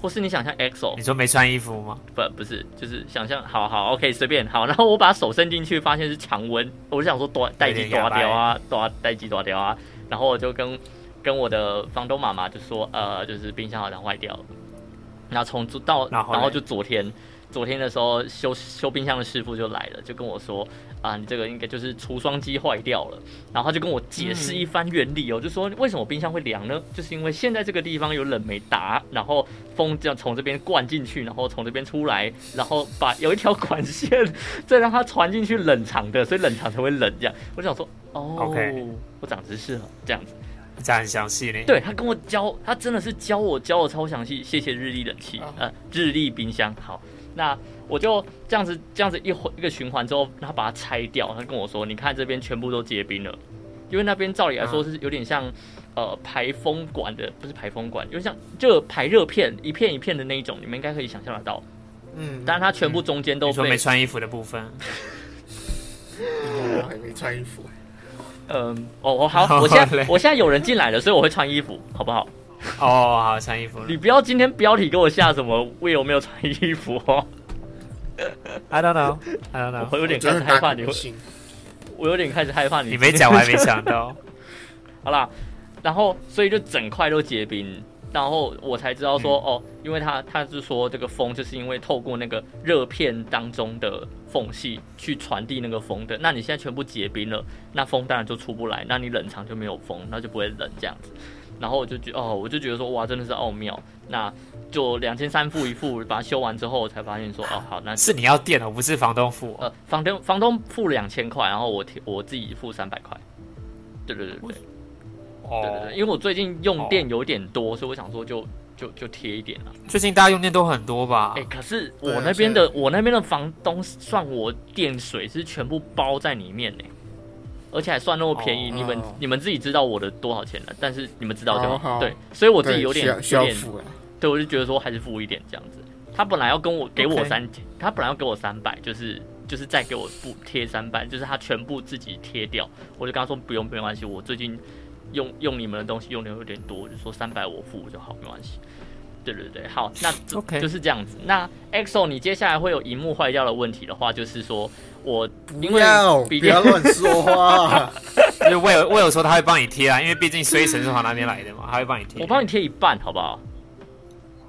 [SPEAKER 1] 或是你想象哦 XO
[SPEAKER 2] 你说没穿衣服吗？
[SPEAKER 1] 不不是，就是想象好好 OK 随便好，然后我把手伸进去，发现是常温， 我就想说多待机
[SPEAKER 2] 有
[SPEAKER 1] 多
[SPEAKER 2] 点哑巴
[SPEAKER 1] 掉啊，多待机多掉啊，然后我就跟跟我的房东妈妈就说，呃，就是冰箱好像坏掉了，然后从昨到
[SPEAKER 2] 然后嘞
[SPEAKER 1] 然后就昨天。昨天的时候，修修冰箱的师傅就来了，就跟我说啊，你这个应该就是除霜机坏掉了。然后他就跟我解释一番原理哦，就说为什么冰箱会凉呢？就是因为现在这个地方有冷媒达，然后风这样从这边灌进去，然后从这边出来，然后把有一条管线再让它传进去冷藏的，所以冷藏才会冷这样。我就想说，哦
[SPEAKER 2] OK
[SPEAKER 1] 我长知识了，这样子。
[SPEAKER 2] 讲很详细嘞。
[SPEAKER 1] 对他跟我教，他真的是教我教我超详细，谢谢日立冷气，
[SPEAKER 3] 啊
[SPEAKER 1] 呃，日立冰箱。好，那我就这样子这样子一回一个循环之后，他把它拆掉，他跟我说，你看这边全部都结冰了，因为那边照理来说是有点像。呃，排风管的不是排风管，有点像就排热片，一片一片的那一种，你们应该可以想象得到。
[SPEAKER 3] 嗯，
[SPEAKER 1] 但是它全部中间都
[SPEAKER 2] 你说
[SPEAKER 1] 被、
[SPEAKER 2] 没穿衣服的部分，
[SPEAKER 3] 我哦还没穿衣服，
[SPEAKER 1] 哎嗯，哦，我好，
[SPEAKER 2] 好
[SPEAKER 1] 我现在
[SPEAKER 2] 嘞
[SPEAKER 1] 我现在有人进来了，所以我会穿衣服，好不好？
[SPEAKER 2] 哦，好，穿衣服了
[SPEAKER 1] 你。不要今天标题给我下什么我有没有穿衣服哦。
[SPEAKER 2] I don't know, I don't
[SPEAKER 1] 啊我
[SPEAKER 2] know。
[SPEAKER 1] 会有
[SPEAKER 3] 我
[SPEAKER 1] 点开
[SPEAKER 3] 真的
[SPEAKER 1] 始害怕
[SPEAKER 3] 打
[SPEAKER 1] 你
[SPEAKER 3] 你
[SPEAKER 1] 会，
[SPEAKER 3] 信，
[SPEAKER 1] 我有点开始害怕你。
[SPEAKER 2] 你没讲，我还没想到。
[SPEAKER 1] 好啦，然后所以就整块都结冰，然后我才知道说、哦，因为他他是说这个风就是因为透过那个热片当中的缝隙去传递那个风的，那你现在全部结冰了，那风当然就出不来，那你冷藏就没有风，那就不会冷这样子。然后我就觉哦，我就觉得说哇，真的是奥妙。那就两千三付一付，把它修完之后，我才发现说哦，好，那
[SPEAKER 2] 是你要电哦，不是房东付哦。
[SPEAKER 1] 呃，房东房东付两千块，然后我贴我自己付三百块。对对对对对对
[SPEAKER 2] 哦
[SPEAKER 1] 对，，因为我最近用
[SPEAKER 3] 哦
[SPEAKER 1] 电有点多，所以我想说就就就贴一点了。
[SPEAKER 2] 最近大家用电都很多吧
[SPEAKER 1] 哎、？可是
[SPEAKER 3] 对啊
[SPEAKER 1] 我那边的、我那边的房东算我电水是全部包在里面呢、而且还算那么便宜。
[SPEAKER 3] 哦
[SPEAKER 1] 你们
[SPEAKER 3] 哦
[SPEAKER 1] 你们自己知道我的多少钱了，但是你们知道就
[SPEAKER 3] 好
[SPEAKER 1] 好。
[SPEAKER 3] 哦好
[SPEAKER 1] 对，所以我自己
[SPEAKER 3] 对
[SPEAKER 1] 有点
[SPEAKER 3] 需
[SPEAKER 1] 有
[SPEAKER 3] 要需要
[SPEAKER 1] 点
[SPEAKER 3] 付了，
[SPEAKER 1] 对，我就觉得说还是付一点这样子。他本来要跟我给我
[SPEAKER 2] OK
[SPEAKER 1] 三他本来要给我三百，就是就是再给我补贴三百，就是他全部自己贴掉。我就跟他说不用，没关系，我最近用用你们的东西用的有点多，我就说三百我付就好，没关系。对对对，好，那
[SPEAKER 2] OK
[SPEAKER 1] 就是这样子。那 EXO，你接下来会有荧幕坏掉的问题的话，就是说我因
[SPEAKER 3] 不
[SPEAKER 1] 为
[SPEAKER 3] 要不
[SPEAKER 1] 毕
[SPEAKER 3] 要
[SPEAKER 1] 竟
[SPEAKER 3] 乱说 话，
[SPEAKER 2] 因为我有我有说他会帮你贴啊，因为毕竟衰神是从他那边来的嘛，他会帮你贴。
[SPEAKER 1] 我帮你贴一半好不好？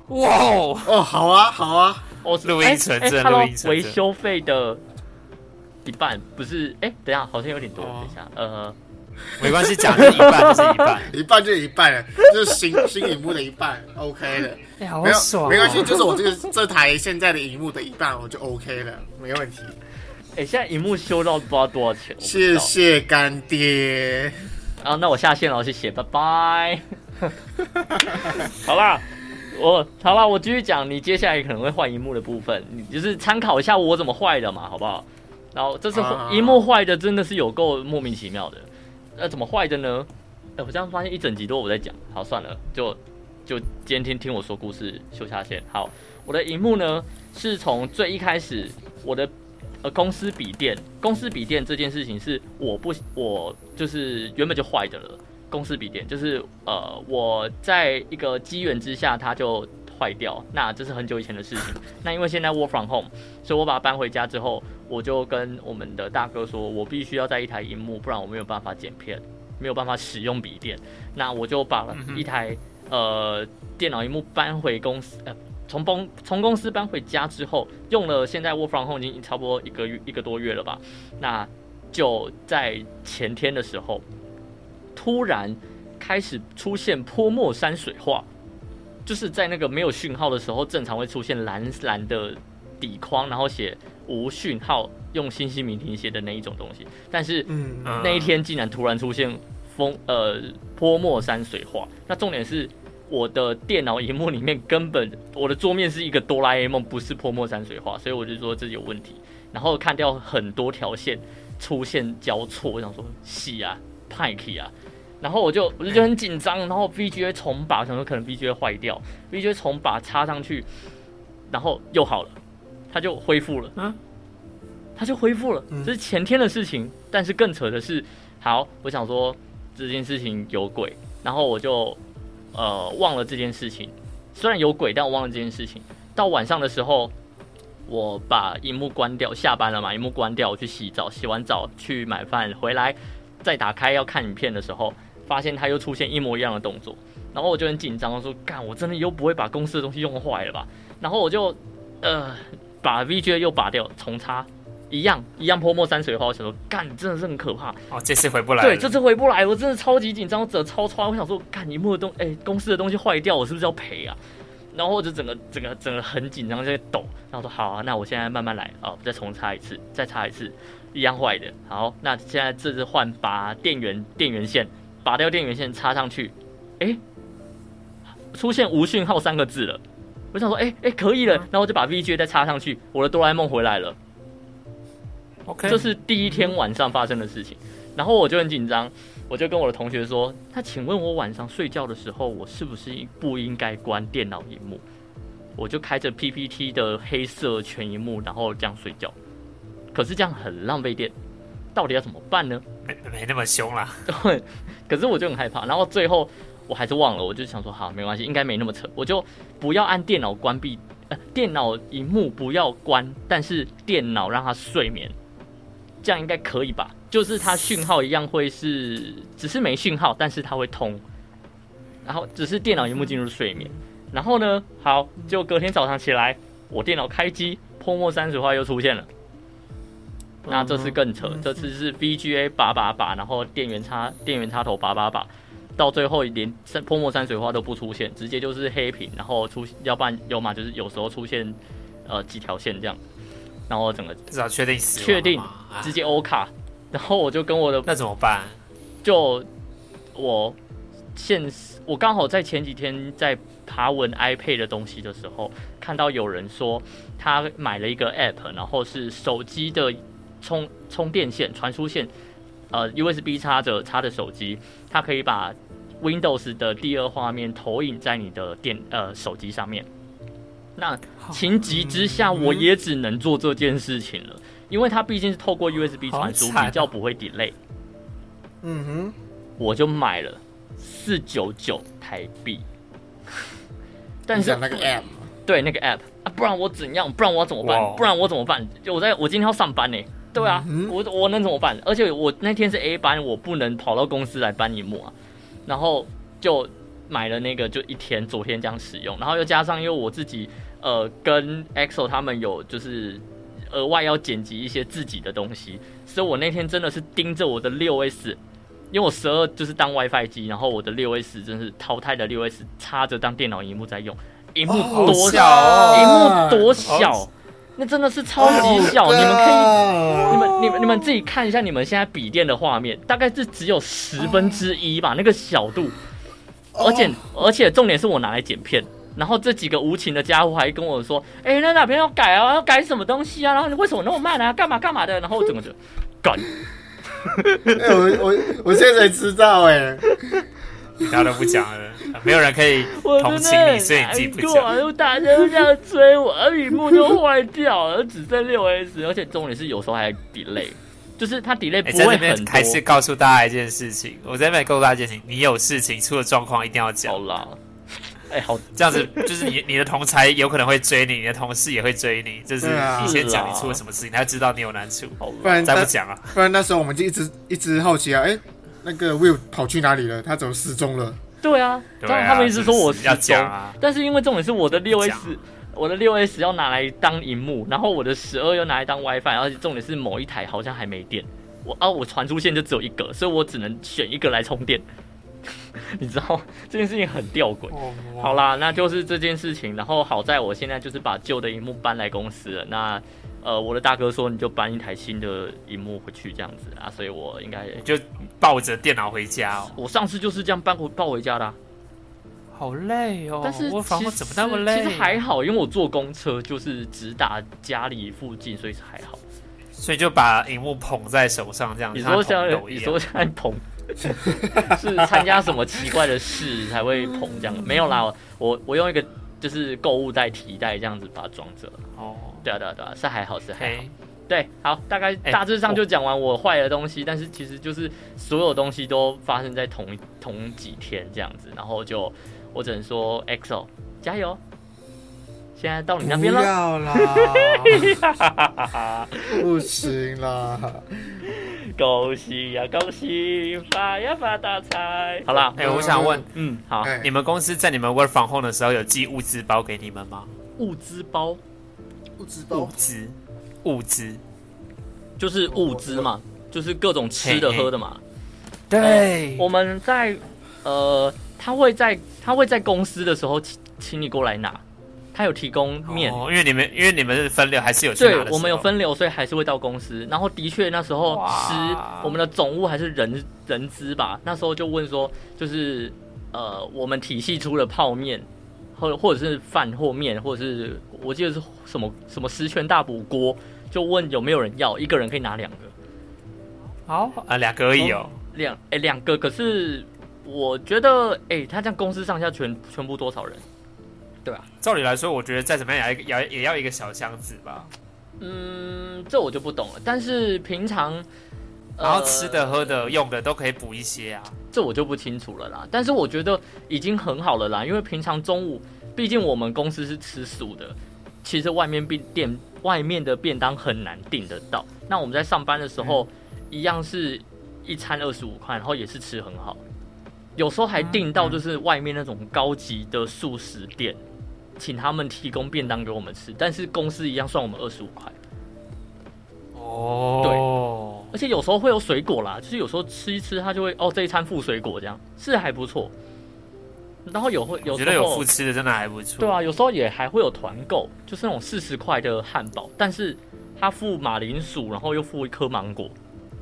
[SPEAKER 2] 哇哦，
[SPEAKER 3] 哦，好啊好啊，
[SPEAKER 1] 哦，
[SPEAKER 2] 录音存证
[SPEAKER 1] 哎哎，hello，
[SPEAKER 2] 录音存
[SPEAKER 1] 维
[SPEAKER 2] 证
[SPEAKER 1] 修费的一半不是？哎、等一下，好像有点多。
[SPEAKER 2] 哦
[SPEAKER 1] 等一下，呃，
[SPEAKER 2] 没关系，讲是一半就是 一半。
[SPEAKER 3] 一半就一半了，就是 新新荧幕的一半，OK 的，
[SPEAKER 2] 哎，好
[SPEAKER 3] 没
[SPEAKER 1] 啊
[SPEAKER 2] 爽
[SPEAKER 3] 有
[SPEAKER 2] 哦，
[SPEAKER 3] 没关系，就是我这个这台现在的荧幕的一半，我就 OK 了，没问题。
[SPEAKER 1] 哎、现在荧幕修到不知道多少钱，我不知
[SPEAKER 3] 谢
[SPEAKER 1] 道。
[SPEAKER 3] 谢干爹，
[SPEAKER 1] 啊，那我下线了，谢谢，拜拜。好啦，我好了，我继续讲，你接下来可能会换荧幕的部分，你就是参考一下我怎么坏的嘛，好不好？然后这次
[SPEAKER 3] 啊
[SPEAKER 1] 荧幕坏的真的是有够莫名其妙的，那怎么坏的呢？哎，我这样发现一整集都我在讲，好算了，就就今天听听我说故事，修下线。好，我的荧幕呢是从最一开始我的呃公司笔电，公司笔电这件事情是我不我就是原本就坏的了。公司笔电就是呃我在一个机缘之下它就坏掉，那这是很久以前的事情。那因为现在 work from home，所以我把它搬回家之后，我就跟我们的大哥说，我必须要在一台荧幕，不然我没有办法剪片，没有办法使用笔电。那我就把一台呃电脑荧幕搬回公司，呃，从公从公司搬回家之后，用了现在 work from home 已经差不多一个月一个多月了吧。那就在前天的时候，突然开始出现泼墨山水画，就是在那个没有讯号的时候，正常会出现蓝蓝的底框，然后写无讯号，用星星明停写的那一种东西。但是
[SPEAKER 3] 嗯
[SPEAKER 2] 嗯
[SPEAKER 1] 那一天竟然突然出现风呃泼墨山水画。那重点是我的电脑荧幕里面根本我的桌面是一个哆啦 A 梦，不是泼墨山水画，所以我就说这有问题。然后看掉很多条线出现交错，我想说戏啊派 k 啊。然后我就我就觉得很紧张，然后 VGA 重拔，想说可能 VGA 坏掉，VGA 重拔插上去，然后又好了，它就恢复了，
[SPEAKER 2] 嗯，
[SPEAKER 1] 它就恢复了，
[SPEAKER 3] 嗯
[SPEAKER 1] 这是前天的事情。但是更扯的是，好，我想说这件事情有鬼，然后我就呃忘了这件事情，虽然有鬼，但我忘了这件事情。到晚上的时候，我把荧幕关掉，下班了嘛，荧幕关掉，我去洗澡，洗完澡去买饭，回来再打开要看影片的时候，发现它又出现一模一样的动作，然后我就很紧张，说干，我真的又不会把公司的东西用坏了吧？然后我就呃把 VGA 又拔掉，重插。一样一样泼墨山水画，我想说，干，真的是很可怕。
[SPEAKER 2] 哦，这次回不来了。
[SPEAKER 1] 对，这次回不来，我真的超级紧张，我整个超穿，我想说，干你幕的东，哎、公司的东西坏掉，我是不是要赔啊？然后我就整个整个整个很紧张，在抖。然后我说好啊，那我现在慢慢来啊，我再重插一次，再插一次，一样坏的。好，那现在这次换拔电源电源线，拔掉电源线插上去，哎、出现无讯号三个字了。我想说，哎、哎、可以了，然后我就把 VGA 再插上去，我的哆啦 A 梦回来了。
[SPEAKER 2] OK，
[SPEAKER 1] 这是第一天晚上发生的事情。然后我就很紧张，我就跟我的同学说：“那请问我晚上睡觉的时候，我是不是不应该关电脑荧幕？我就开着 PPT 的黑色全荧幕，然后这样睡觉。可是这样很浪费电，到底要怎么办呢？”
[SPEAKER 2] 没哎没那么凶啦。
[SPEAKER 1] 对，可是我就很害怕。然后最后我还是忘了，我就想说，好，没关系，应该没那么扯，我就不要按电脑关闭，呃，电脑荧幕不要关，但是电脑让它睡眠，这样应该可以吧？就是它讯号一样会是，只是没讯号，但是它会通，然后只是电脑荧幕进入睡眠。然后呢，好，就隔天早上起来，我电脑开机，泼墨山水画又出现了。那这次更扯，这次是 VGA 拔拔拔，然后电源插电源插头拔拔拔，到最后连山泼墨山水画都不出现，直接就是黑屏，然后出要不然有嘛就是有时候出现呃几条线这样，然后整个
[SPEAKER 2] 至少确定死亡了
[SPEAKER 1] 确定
[SPEAKER 2] 嘛啊
[SPEAKER 1] 直接 O 卡，然后我就跟我的
[SPEAKER 2] 那怎么办？
[SPEAKER 1] 就我现实，我刚好在前几天在爬文 iPad 的东西的时候，看到有人说他买了一个 App，然后是手机的充充电线、传输线，呃，USB 插着插着手机，它可以把 Windows 的第二画面投影在你的电呃手机上面。那 情急之下，
[SPEAKER 2] 嗯
[SPEAKER 1] 我也只能做这件事情了，因为它毕竟是透过 USB
[SPEAKER 2] 好
[SPEAKER 1] 传输，
[SPEAKER 2] 惨啊
[SPEAKER 1] 比较不会 delay。
[SPEAKER 3] 嗯哼，
[SPEAKER 1] 我就买了四九九台币。 但
[SPEAKER 3] 你
[SPEAKER 1] 是
[SPEAKER 3] 讲那个 app，
[SPEAKER 1] 对那个 app 啊，不然我怎样？不然我怎么
[SPEAKER 2] 哇
[SPEAKER 1] 办？不然我怎么办？就我在我今天要上班呢、对啊，
[SPEAKER 3] 嗯哼
[SPEAKER 1] 我我能怎么办？而且我那天是 A 班，我不能跑到公司来搬荧幕啊。然后就买了那个，就一天，昨天这样使用，然后又加上因为我自己呃跟 EXO 他们有就是额外要剪辑一些自己的东西，所以我那天真的是盯着我的六 S。因为我十二就是当 WiFi 机，然后我的六 S 真是淘汰的六 S 插着当电脑荧幕在用，荧幕
[SPEAKER 3] 哦
[SPEAKER 1] 多
[SPEAKER 2] 小哦
[SPEAKER 1] 荧幕多小
[SPEAKER 2] 哦，
[SPEAKER 1] 那真的是超级小，
[SPEAKER 3] 哦
[SPEAKER 1] 你们可以。你
[SPEAKER 3] 以，
[SPEAKER 1] 们、你们、你们自己看一下你们现在笔电的画面，大概是只有
[SPEAKER 2] 哦
[SPEAKER 1] 十分之一吧，那个小度，而且、而且重点是我拿来剪片，然后这几个无情的家伙还跟我说：“哎、那哪边要改啊？要改什么东西啊？然后你为什么那么慢啊？干嘛干嘛的？”然后我整个就 干，
[SPEAKER 3] 哎我我我现在才知道哎、
[SPEAKER 2] 其他都不讲了，没有人可以
[SPEAKER 1] 我
[SPEAKER 2] 同
[SPEAKER 1] 真
[SPEAKER 2] 情
[SPEAKER 1] 的
[SPEAKER 2] 你，所以你自己
[SPEAKER 1] 很难
[SPEAKER 2] 不讲。
[SPEAKER 1] 过，啊又大家都这样追我，而屏幕都坏掉了，只剩六 S，而且重点是有时候还 delay，就是它 delay
[SPEAKER 2] 哎、
[SPEAKER 1] 不
[SPEAKER 2] 在
[SPEAKER 1] 会
[SPEAKER 2] 那
[SPEAKER 1] 很多。
[SPEAKER 2] 边还是告诉大家一件事情，我在那边告诉大家一件事情，你有事情出了状况一定要讲
[SPEAKER 1] 好，啦，哎、好
[SPEAKER 2] 这样子就是你你的同才有可能会追你，你的同事也会追你，就是
[SPEAKER 3] 对啊
[SPEAKER 2] 你先讲
[SPEAKER 1] 是啊
[SPEAKER 2] 你出了什么事情，他知道你有难处，
[SPEAKER 1] 好
[SPEAKER 3] 不
[SPEAKER 1] 啦，
[SPEAKER 3] 然
[SPEAKER 2] 再不
[SPEAKER 3] 那
[SPEAKER 2] 讲啊，
[SPEAKER 3] 不然那时候我们就一直一直好奇啊，哎、那个 Will 跑去哪里了？他怎么失踪了？
[SPEAKER 1] 对啊，
[SPEAKER 2] 对
[SPEAKER 1] 当然他
[SPEAKER 2] 啊，
[SPEAKER 1] 们一直说我
[SPEAKER 2] 是不
[SPEAKER 1] 失
[SPEAKER 2] 是要
[SPEAKER 1] 踪
[SPEAKER 2] 讲，啊，
[SPEAKER 1] 但是因为重点是我的六 S，
[SPEAKER 2] 讲
[SPEAKER 1] 我的六 S 要拿来当荧幕，然后我的十二又拿来当 WiFi，而且重点是某一台好像还没电，我啊我传输线就只有一个，所以我只能选一个来充电。 你知道这件事情很吊诡。
[SPEAKER 2] 啊
[SPEAKER 3] 哦，
[SPEAKER 1] 好，啦，那就是这件事情。然后好在我现在就是把旧的荧幕搬来公司了。那呃，我的大哥说你就搬一台新的荧幕回去这样子啊，所以我应该
[SPEAKER 2] 就抱着电脑回家哦，
[SPEAKER 1] 我上次就是这样搬回抱回家的啊、
[SPEAKER 2] 好累哦
[SPEAKER 1] 但是
[SPEAKER 2] 我房
[SPEAKER 1] 其
[SPEAKER 2] 屋
[SPEAKER 1] 实
[SPEAKER 2] 怎么那么累？
[SPEAKER 1] 其实还好，因为我坐公车就是直达家里附近，所以是还好。
[SPEAKER 2] 嗯所以就把荧幕捧在手上，这样
[SPEAKER 1] 你
[SPEAKER 2] 像
[SPEAKER 1] 说
[SPEAKER 2] 捧
[SPEAKER 1] 像
[SPEAKER 2] 抖一
[SPEAKER 1] 你
[SPEAKER 2] 样
[SPEAKER 1] 说像捧， 是参加什么奇怪的事才会捧这样？没有啦，我我用一个就是购物袋提袋这样子把它装着。
[SPEAKER 2] 哦
[SPEAKER 1] 对啊对啊对啊，是还好是还好。
[SPEAKER 2] ，OK，
[SPEAKER 1] 对，好，大概
[SPEAKER 2] 哎
[SPEAKER 1] 大致上就讲完我坏的东西，但是其实就是所有东西都发生在同一同几天这样子，然后就我只能说 EXO 加油，现在到你那边
[SPEAKER 3] 不
[SPEAKER 1] 了。
[SPEAKER 3] 要啦，不行啦，
[SPEAKER 1] 恭喜呀、恭喜，发呀发大财！好啦，
[SPEAKER 2] 哎、我想问，
[SPEAKER 1] 嗯，好，
[SPEAKER 3] 哎
[SPEAKER 2] 你们公司在你们 work from home 的时候有寄物资包给你们吗？
[SPEAKER 1] 物资包
[SPEAKER 3] 不知道
[SPEAKER 2] 物资，物资，
[SPEAKER 1] 就是物资嘛，就是各种吃的喝的嘛。
[SPEAKER 2] 哎
[SPEAKER 1] 哎
[SPEAKER 2] 对，
[SPEAKER 1] 我们在呃，他会在他会在公司的时候请请你过来拿，他有提供面。
[SPEAKER 2] 哦，因为你们因为你们是分流，还是有去拿
[SPEAKER 1] 对
[SPEAKER 2] 的，时候
[SPEAKER 1] 我们有，分流，所以还是会到公司。然后的确那时候
[SPEAKER 2] 哇
[SPEAKER 1] 吃我们的总务还是人人资吧，那时候就问说，就是呃，我们体系出了泡面，或或者是饭或面，或者是我记得是什么什么十全大补锅，就问有没有人要，一个人可以拿两个，
[SPEAKER 2] 好啊，两个而已哦，
[SPEAKER 1] 两哎两个，可是我觉得哎、他这样公司上下全全部多少人？对啊，
[SPEAKER 2] 照理来说，我觉得再怎么样也要也要也要一个小箱子吧，
[SPEAKER 1] 嗯，这我就不懂了。但是平常，
[SPEAKER 2] 然后
[SPEAKER 1] 呃
[SPEAKER 2] 吃的、喝的、用的都可以补一些啊，
[SPEAKER 1] 这我就不清楚了啦。但是我觉得已经很好了啦，因为平常中午，毕竟我们公司是吃素的，其实外面便店外面的便当很难订得到。那我们在上班的时候，一样是一餐二十五块，然后也是吃很好，有时候还订到就是外面那种高级的素食店，请他们提供便当给我们吃，但是公司一样算我们二十五块。
[SPEAKER 2] 哦，
[SPEAKER 1] 而且有时候会有水果啦，就是有时候吃一吃，它就会哦这一餐附水果这样，是还不错。然后有会有
[SPEAKER 2] 我觉
[SPEAKER 1] 时
[SPEAKER 2] 得有
[SPEAKER 1] 候
[SPEAKER 2] 副吃的真的还不错，
[SPEAKER 1] 对啊，有时候也还会有团购，就是那种四十块的汉堡，但是它附马铃薯，然后又附一颗芒果，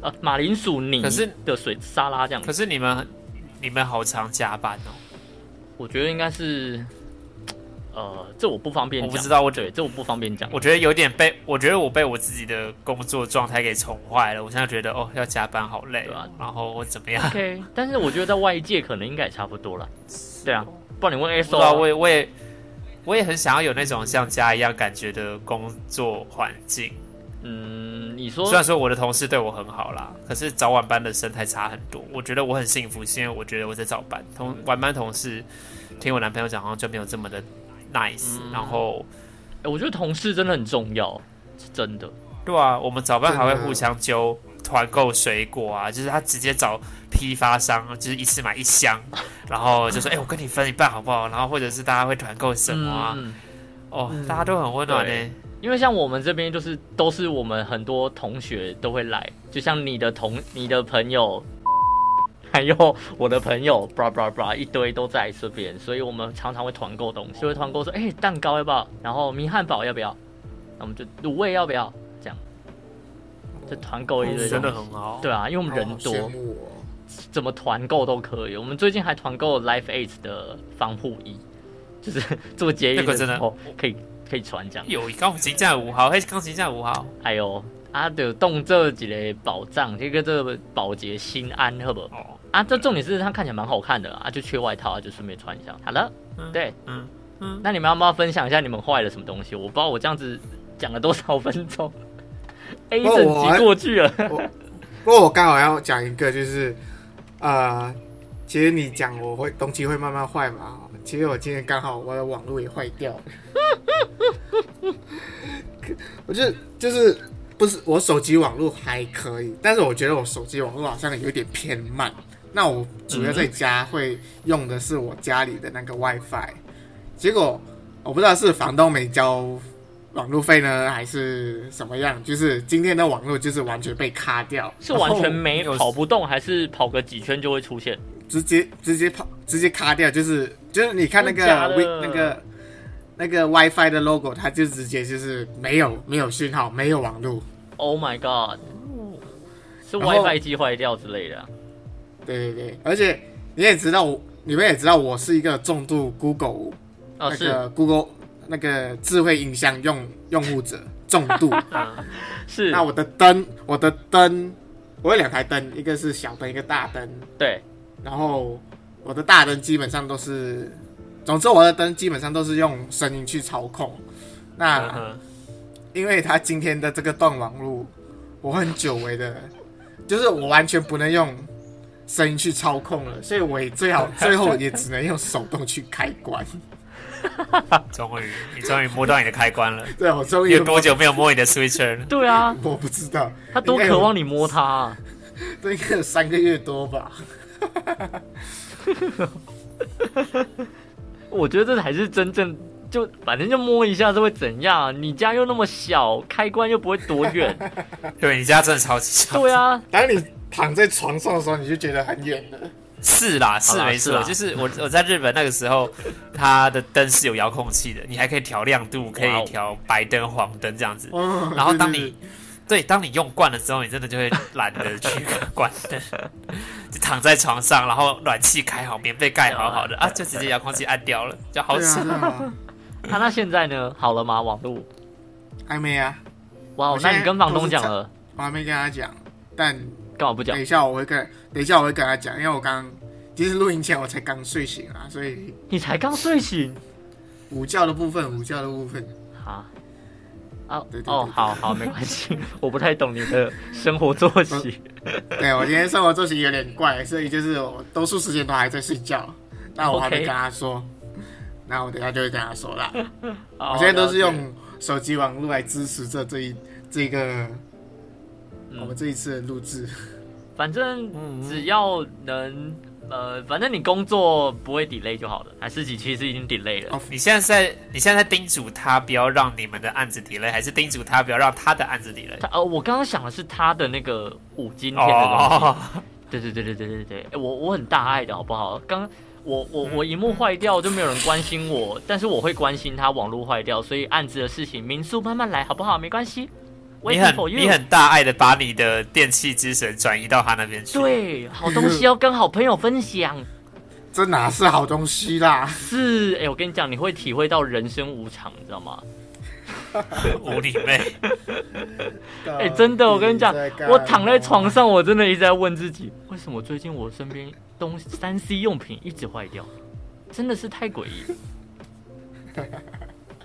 [SPEAKER 1] 呃，马铃薯泥
[SPEAKER 2] 可是
[SPEAKER 1] 的水沙拉这样
[SPEAKER 2] 可。是你们你们好常加班哦。
[SPEAKER 1] 我觉得应该是，呃，这我不方便
[SPEAKER 2] 我
[SPEAKER 1] 讲，
[SPEAKER 2] 不知道我
[SPEAKER 1] 对，这我不方便讲。
[SPEAKER 2] 我觉得有点被，我觉得我被我自己的工作状态给宠坏了。我现在觉得哦，要加班好累
[SPEAKER 1] 对啊
[SPEAKER 2] 然后我怎 么样？
[SPEAKER 1] OK，但是我觉得在外界可能应该也差不多了。对啊，不然你问 S
[SPEAKER 2] 不知道，
[SPEAKER 1] O，
[SPEAKER 2] 我也我也我也很想要有那种像家一样感觉的工作环境。
[SPEAKER 1] 嗯，你说
[SPEAKER 2] 虽然说我的同事对我很好啦，可是早晚班的生态差很多。我觉得我很幸福，是因为我觉得我在早班，同晚班同事听我男朋友讲，好像就没有这么的 nice、
[SPEAKER 1] 嗯
[SPEAKER 2] 然后
[SPEAKER 1] 欸我觉得同事真的很重要，是真的。
[SPEAKER 2] 对啊，我们早班还会
[SPEAKER 3] 真的
[SPEAKER 2] 互相揪团购水果啊，就是他直接找批发商，就是一次买一箱，然后 就说：“哎、我跟你分一半好不好？”然后或者是大家会团购什么啊？
[SPEAKER 1] 嗯？
[SPEAKER 2] 哦，
[SPEAKER 3] 嗯
[SPEAKER 2] 大家都很温暖呢、
[SPEAKER 1] 对因为像我们这边就是都是我们很多同学都会来，就像你的同你的朋友， 还有我的朋友，blah blah blah，一堆都在这边，所以我们常常会团购东西，就会团购说，哎、蛋糕要不要？然后米汉堡要不要？那我们就卤味要不要？这样，就团购一堆东西，
[SPEAKER 2] 真的很好。
[SPEAKER 1] 对啊，因为我们人多，
[SPEAKER 3] 好羡慕哦
[SPEAKER 1] 怎么团购都可以。我们最近还团购 Life Eight 的防护衣， 就是做捷运
[SPEAKER 2] 那个
[SPEAKER 1] 时
[SPEAKER 2] 真的
[SPEAKER 1] 候可以可以传讲。
[SPEAKER 2] 有钢琴架五号，嘿，钢琴架五号。
[SPEAKER 1] 哎呦，啊，就动这几个宝藏，这个这个保洁心安，好不好？
[SPEAKER 2] 哦，
[SPEAKER 1] 啊，这重点是它看起来蛮好看的啊，就缺外套啊，就顺便穿一下。好了，
[SPEAKER 2] 嗯
[SPEAKER 1] 对，
[SPEAKER 2] 嗯嗯，
[SPEAKER 1] 那你们要不要分享一下你们坏了什么东西？我不知道我这样子讲了多少分钟，A
[SPEAKER 3] 不
[SPEAKER 1] 整
[SPEAKER 3] 我还
[SPEAKER 1] 集过去了。
[SPEAKER 3] 不过我刚好要讲一个，就是呃，其实你讲我会东西会慢慢坏嘛，哦其实我今天刚好我的网络也坏掉了， 我就就是不是我手机网络还可以，但是我觉得我手机网络好像有点偏慢。那我主要在
[SPEAKER 1] 嗯
[SPEAKER 3] 家会用的是我家里的那个 WiFi，结果我不知道是房东没交网路费呢，还是什么样，就是今天的网络就是完全被卡掉，
[SPEAKER 1] 是完全
[SPEAKER 3] 然后
[SPEAKER 1] 没
[SPEAKER 2] 有
[SPEAKER 1] 跑不动，还是跑个几圈就会出现？
[SPEAKER 3] 直接直接跑直接卡掉，就是就是你看那个
[SPEAKER 1] 真假的
[SPEAKER 3] Wi- 那个那个 WiFi 的 logo，它就直接就是没有没有讯号，没有网络。
[SPEAKER 1] Oh my god！是
[SPEAKER 3] 哦然后
[SPEAKER 1] WiFi 机坏掉之类的啊、
[SPEAKER 3] 对对对，而且你也知道我，你们也知道我是一个重度 Google
[SPEAKER 1] 哦，
[SPEAKER 3] 那
[SPEAKER 1] 是
[SPEAKER 3] 个 Google 那个智慧音箱用用户者重度。
[SPEAKER 1] 是，
[SPEAKER 3] 那我的灯，我的灯，我有两台灯，一个是小灯，一个大灯。
[SPEAKER 1] 对，
[SPEAKER 3] 然后我的大灯基本上都是，总之我的灯基本上都是用声音去操控。那、
[SPEAKER 1] 啊
[SPEAKER 2] 嗯
[SPEAKER 3] 因为它今天的这个断网路，我很久违的，就是我完全不能用声音去操控了，所以我也 最好最后也只能用手动去开关。
[SPEAKER 2] 哼终于，你终于摸到你的开关了。
[SPEAKER 3] 对，我终
[SPEAKER 2] 你
[SPEAKER 3] 于
[SPEAKER 2] 有多久没有摸你的 switcher 了？
[SPEAKER 1] 对啊，
[SPEAKER 3] 我不知道，
[SPEAKER 1] 他多渴望你摸他、啊。
[SPEAKER 3] 这应该有三个月多吧。
[SPEAKER 1] 我觉得这才是真正就反正就摸一下是会怎样？啊你家又那么小，开关又不会多远。
[SPEAKER 2] 对，你家真的超级小。
[SPEAKER 1] 对啊，
[SPEAKER 3] 当你躺在床上的时候，你就觉得很远了。
[SPEAKER 2] 是啦，是
[SPEAKER 1] 好啦
[SPEAKER 2] 没
[SPEAKER 1] 是
[SPEAKER 2] 错，
[SPEAKER 1] 啦
[SPEAKER 2] 就是我我在日本那个时候， 它的灯是有遥控器的，你还可以调亮度，可
[SPEAKER 1] 哇哦
[SPEAKER 2] 以调白灯、黄灯这样子。
[SPEAKER 3] 哦
[SPEAKER 2] 然后
[SPEAKER 3] 对
[SPEAKER 2] 当
[SPEAKER 3] 对
[SPEAKER 2] 你对，当你用惯了之后，你真的就会懒得去 关灯，就躺在床上，然后暖气开好，棉被盖 好好的啊，就直接遥控器按掉了，就好
[SPEAKER 3] 对啊
[SPEAKER 2] 爽。
[SPEAKER 3] 对啊，
[SPEAKER 1] 他、那现在呢？好了吗？网络？
[SPEAKER 3] 还没啊，
[SPEAKER 1] 哇哦
[SPEAKER 3] 我，现
[SPEAKER 1] 那
[SPEAKER 3] 在
[SPEAKER 1] 你跟房
[SPEAKER 3] 都
[SPEAKER 1] 东
[SPEAKER 3] 是
[SPEAKER 1] 讲
[SPEAKER 3] 在
[SPEAKER 1] 了，
[SPEAKER 3] 我还没跟他讲，但
[SPEAKER 1] 干嘛不讲
[SPEAKER 3] 等一？下我会跟，等一下我会跟他讲，因为我刚其实录音前我才刚睡醒啊，所以
[SPEAKER 1] 你才刚睡醒
[SPEAKER 3] 午觉的部分，午觉的部分，
[SPEAKER 1] 啊。啊
[SPEAKER 3] 对对对
[SPEAKER 1] 哦，
[SPEAKER 3] 对
[SPEAKER 1] 好好，没关系， 我不太懂你的生活作息。
[SPEAKER 3] 对我今天生活作息有点怪，所以就是我多数时间都还在睡觉，那我还没
[SPEAKER 1] OK
[SPEAKER 3] 跟他说，那我等一下就会跟他说啦。
[SPEAKER 1] 哦
[SPEAKER 3] 我现在都是
[SPEAKER 1] 了解
[SPEAKER 3] 用手机网络来支持这这一这个
[SPEAKER 1] 嗯
[SPEAKER 3] 我们这一次的录制，
[SPEAKER 1] 反正
[SPEAKER 2] 嗯
[SPEAKER 1] 只要能，呃，反正你工作不会 delay 就好了。还是几期是已经 delay 了
[SPEAKER 3] 哦，
[SPEAKER 2] 你现在是在你现在在叮嘱他不要让你们的案子 delay，还是叮嘱他不要让他的案子 delay？
[SPEAKER 1] 他呃，我刚刚想的是他的那个五金片的东西。
[SPEAKER 2] 哦，
[SPEAKER 1] 对对对对对对对，诶我我很大爱的好不好？刚我
[SPEAKER 2] 嗯
[SPEAKER 1] 我我荧幕坏掉就没有人关心我，但是我会关心他网络坏掉，所以案子的事情民宿慢慢来好不好？没关系。
[SPEAKER 2] 你
[SPEAKER 1] waiting
[SPEAKER 2] 很
[SPEAKER 1] for you
[SPEAKER 2] 你很大爱的把你的电器之神转移到他那边去。
[SPEAKER 1] 对，好东西要跟好朋友分享。
[SPEAKER 3] 这哪是好东西啦？
[SPEAKER 1] 是，哎、我跟你讲，你会体会到人生无常，你知道吗？
[SPEAKER 2] 无理妹，
[SPEAKER 1] 哎、真的，我跟你讲
[SPEAKER 3] 到底干，嘛
[SPEAKER 1] 我
[SPEAKER 3] 哦
[SPEAKER 1] 躺在床上，我真的一直在问自己，为什么最近我身边东三 C 用品一直坏掉，真的是太诡异了。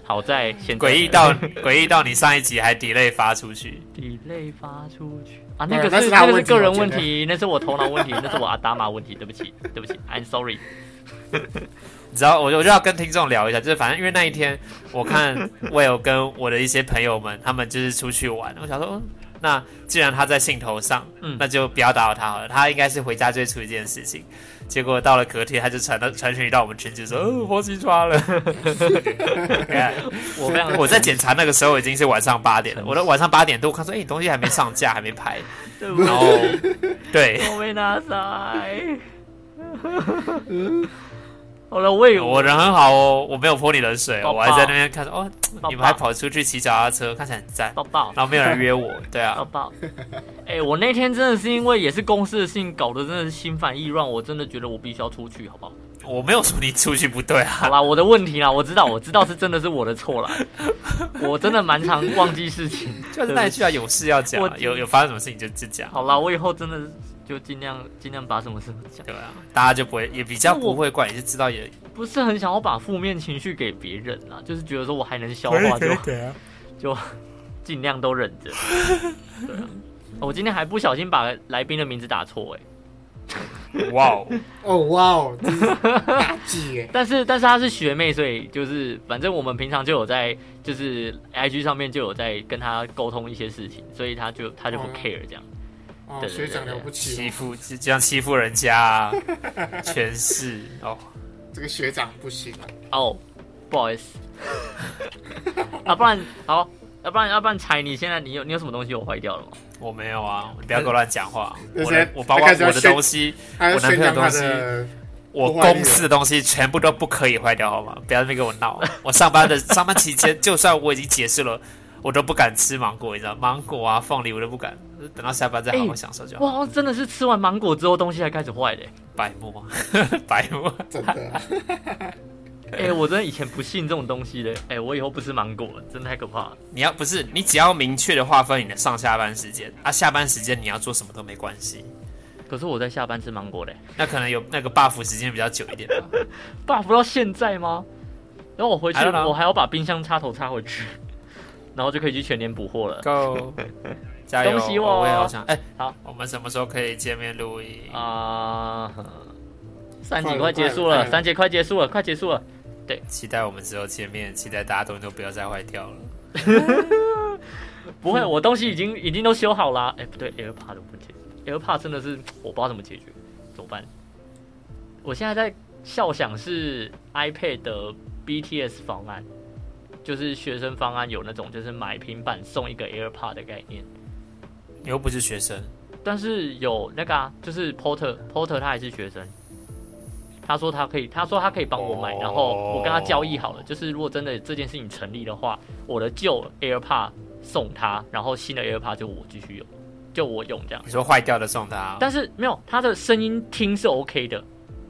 [SPEAKER 1] 好在现在
[SPEAKER 2] 诡异到诡异到你上一集还 delay 发出去，
[SPEAKER 1] 底类发出去啊，
[SPEAKER 3] 对
[SPEAKER 1] 那个
[SPEAKER 3] 那
[SPEAKER 1] 是
[SPEAKER 3] 是他
[SPEAKER 1] 那个是
[SPEAKER 3] 的问题
[SPEAKER 1] 个人问
[SPEAKER 3] 我
[SPEAKER 1] 题，那是我头脑问题，那是我阿达玛问题，对不起，对不起，I'm sorry。
[SPEAKER 2] 你知道，我就我就要跟听众聊一下，就是反正因为那一天我看我有跟我的一些朋友们，他们就是出去玩，我想说，嗯那既然他在兴头上，
[SPEAKER 1] 嗯
[SPEAKER 2] 那就不要打扰他好了，他应该是回家最出一件事情。结果到了隔天，他就传到传讯到我们群组说，哦，波西抓了。看
[SPEAKER 1] 我非常
[SPEAKER 2] 我在检查那个时候已经是晚上八点了，我的晚上八点多，我看说，哎、你东西还没上架，还没排，
[SPEAKER 1] 对不
[SPEAKER 2] 然后
[SPEAKER 1] 起，
[SPEAKER 2] 对。
[SPEAKER 1] 我没拿塞。 好了，我也
[SPEAKER 2] 我人很好哦，我没有泼你冷水哦，
[SPEAKER 1] 抱抱
[SPEAKER 2] 我还在那边看着哦，
[SPEAKER 1] 抱
[SPEAKER 2] 你们还跑出去骑脚踏车，看起来很赞，
[SPEAKER 1] 抱抱。
[SPEAKER 2] 然后没有人约我，对
[SPEAKER 1] 抱
[SPEAKER 2] 啊，
[SPEAKER 1] 抱。 哎、我那天真的是因为也是公司的事情搞得真的是心烦意乱，我真的觉得我必须要出去，好不好？
[SPEAKER 2] 我没有说你出去不对
[SPEAKER 1] 好
[SPEAKER 2] 啊，
[SPEAKER 1] 啦，我的问题啦，我知道，我知道是真的是我的错啦，我真的蛮常忘记事情。
[SPEAKER 2] 就是那一句啊，有事要讲
[SPEAKER 1] 我
[SPEAKER 2] 啊，有有发生什么事情就就讲，
[SPEAKER 1] 好啦，我以后真的就尽量尽量把什么事都讲，
[SPEAKER 2] 对啊，大家就不会也比较
[SPEAKER 1] 那我
[SPEAKER 2] 不会怪，也是知道也
[SPEAKER 1] 不是很想要把负面情绪给别人啦，就是觉得说我还能消
[SPEAKER 2] 可以
[SPEAKER 1] 化
[SPEAKER 2] 可
[SPEAKER 1] 就
[SPEAKER 2] 以可 以啊，
[SPEAKER 1] 尽量都忍着。对啊，我今天还不小心把来宾的名字打错哎、
[SPEAKER 2] 哇哦，
[SPEAKER 3] 哦哇哦，这是大 忌耶！
[SPEAKER 1] 但是但是她是学妹，所以就是反正我们平常就有在就是 IG 上面就有在跟她沟通一些事情，所以她就她就不
[SPEAKER 3] 哦
[SPEAKER 1] care 这样。
[SPEAKER 3] 哦，
[SPEAKER 1] 对对对
[SPEAKER 3] 学长了不 起
[SPEAKER 2] 欺
[SPEAKER 3] 哦，
[SPEAKER 2] 负就这样欺负人家啊，全是哦，
[SPEAKER 3] 这个学长不行啊。
[SPEAKER 1] 哦，不好意思。 啊，不然好，要不然要不然柴，你现在你有你有什么东西我坏掉了吗？
[SPEAKER 2] 我没有啊，你不要给我乱讲话，
[SPEAKER 3] 那
[SPEAKER 2] 我
[SPEAKER 3] 现
[SPEAKER 2] 的
[SPEAKER 3] 在
[SPEAKER 2] 我把我
[SPEAKER 3] 他开始要
[SPEAKER 2] 我的
[SPEAKER 3] 炫
[SPEAKER 2] 东西，
[SPEAKER 3] 他要
[SPEAKER 2] 我男
[SPEAKER 3] 宣
[SPEAKER 2] 朋友
[SPEAKER 3] 扬他
[SPEAKER 2] 东西
[SPEAKER 3] 的
[SPEAKER 2] 我公司的东西全部都不可以坏掉，好吗？不要在那边跟我闹。 我上班的上班期间，就算我已经解释了，我都不敢吃芒果，你知道，芒果啊、凤梨我都不敢。等到下班再好好
[SPEAKER 1] 哎
[SPEAKER 2] 享受就好。
[SPEAKER 1] 我好像真的是吃完芒果之后东西才开始坏的、欸。
[SPEAKER 2] 白目啊， 白目啊，
[SPEAKER 3] 真的啊，
[SPEAKER 1] 哎、我真的以前不信这种东西的。哎、我以后不吃芒果了，真的太可怕了。
[SPEAKER 2] 你要不是你只要明确的划分你的上下班时间，啊，下班时间你要做什么都没关系。
[SPEAKER 1] 可是我在下班吃芒果嘞、
[SPEAKER 2] 那可能有那个 buff 时间比较久一点吧。
[SPEAKER 1] buff 到现在吗？然后我回去
[SPEAKER 2] I don't know
[SPEAKER 1] 我还要把冰箱插头插回去， 然后就可以去全年补货了。
[SPEAKER 2] Go，加油！
[SPEAKER 1] 恭喜我
[SPEAKER 2] 也好想哎，
[SPEAKER 1] 好，
[SPEAKER 2] 我们什么时候可以见面录音？
[SPEAKER 1] 啊、三
[SPEAKER 3] 快
[SPEAKER 1] 节
[SPEAKER 3] 了
[SPEAKER 1] 快结束
[SPEAKER 3] 快了
[SPEAKER 1] 了，
[SPEAKER 3] 快了
[SPEAKER 1] 三节快结束了，快结束了。
[SPEAKER 2] 期待我们之后见面，期待大家东西都不要再坏掉了。
[SPEAKER 1] 不
[SPEAKER 2] 嗯
[SPEAKER 1] 会，我东西已经已经都修好啦。哎、不对，AirPod 的问题，AirPod 真的是我不知道怎么解决，怎么办？我现在在笑想是 iPad 的 BTS 方案，就是学生方案有那种就是买平板送一个 AirPod 的概念，
[SPEAKER 2] 你又不是学生，
[SPEAKER 1] 但是有那个啊，就是 Porter Porter 他还是学生。他说他可以，他说他可以帮我买，
[SPEAKER 2] 哦
[SPEAKER 1] 然后我跟他交易好了，就是如果真的这件事情成立的话，我的旧 AirPod 送他，然后新的 AirPod 就我继续用，就我用这样。
[SPEAKER 2] 你说坏掉的啊送他，
[SPEAKER 1] 但是没有，他的声音听是 OK 的，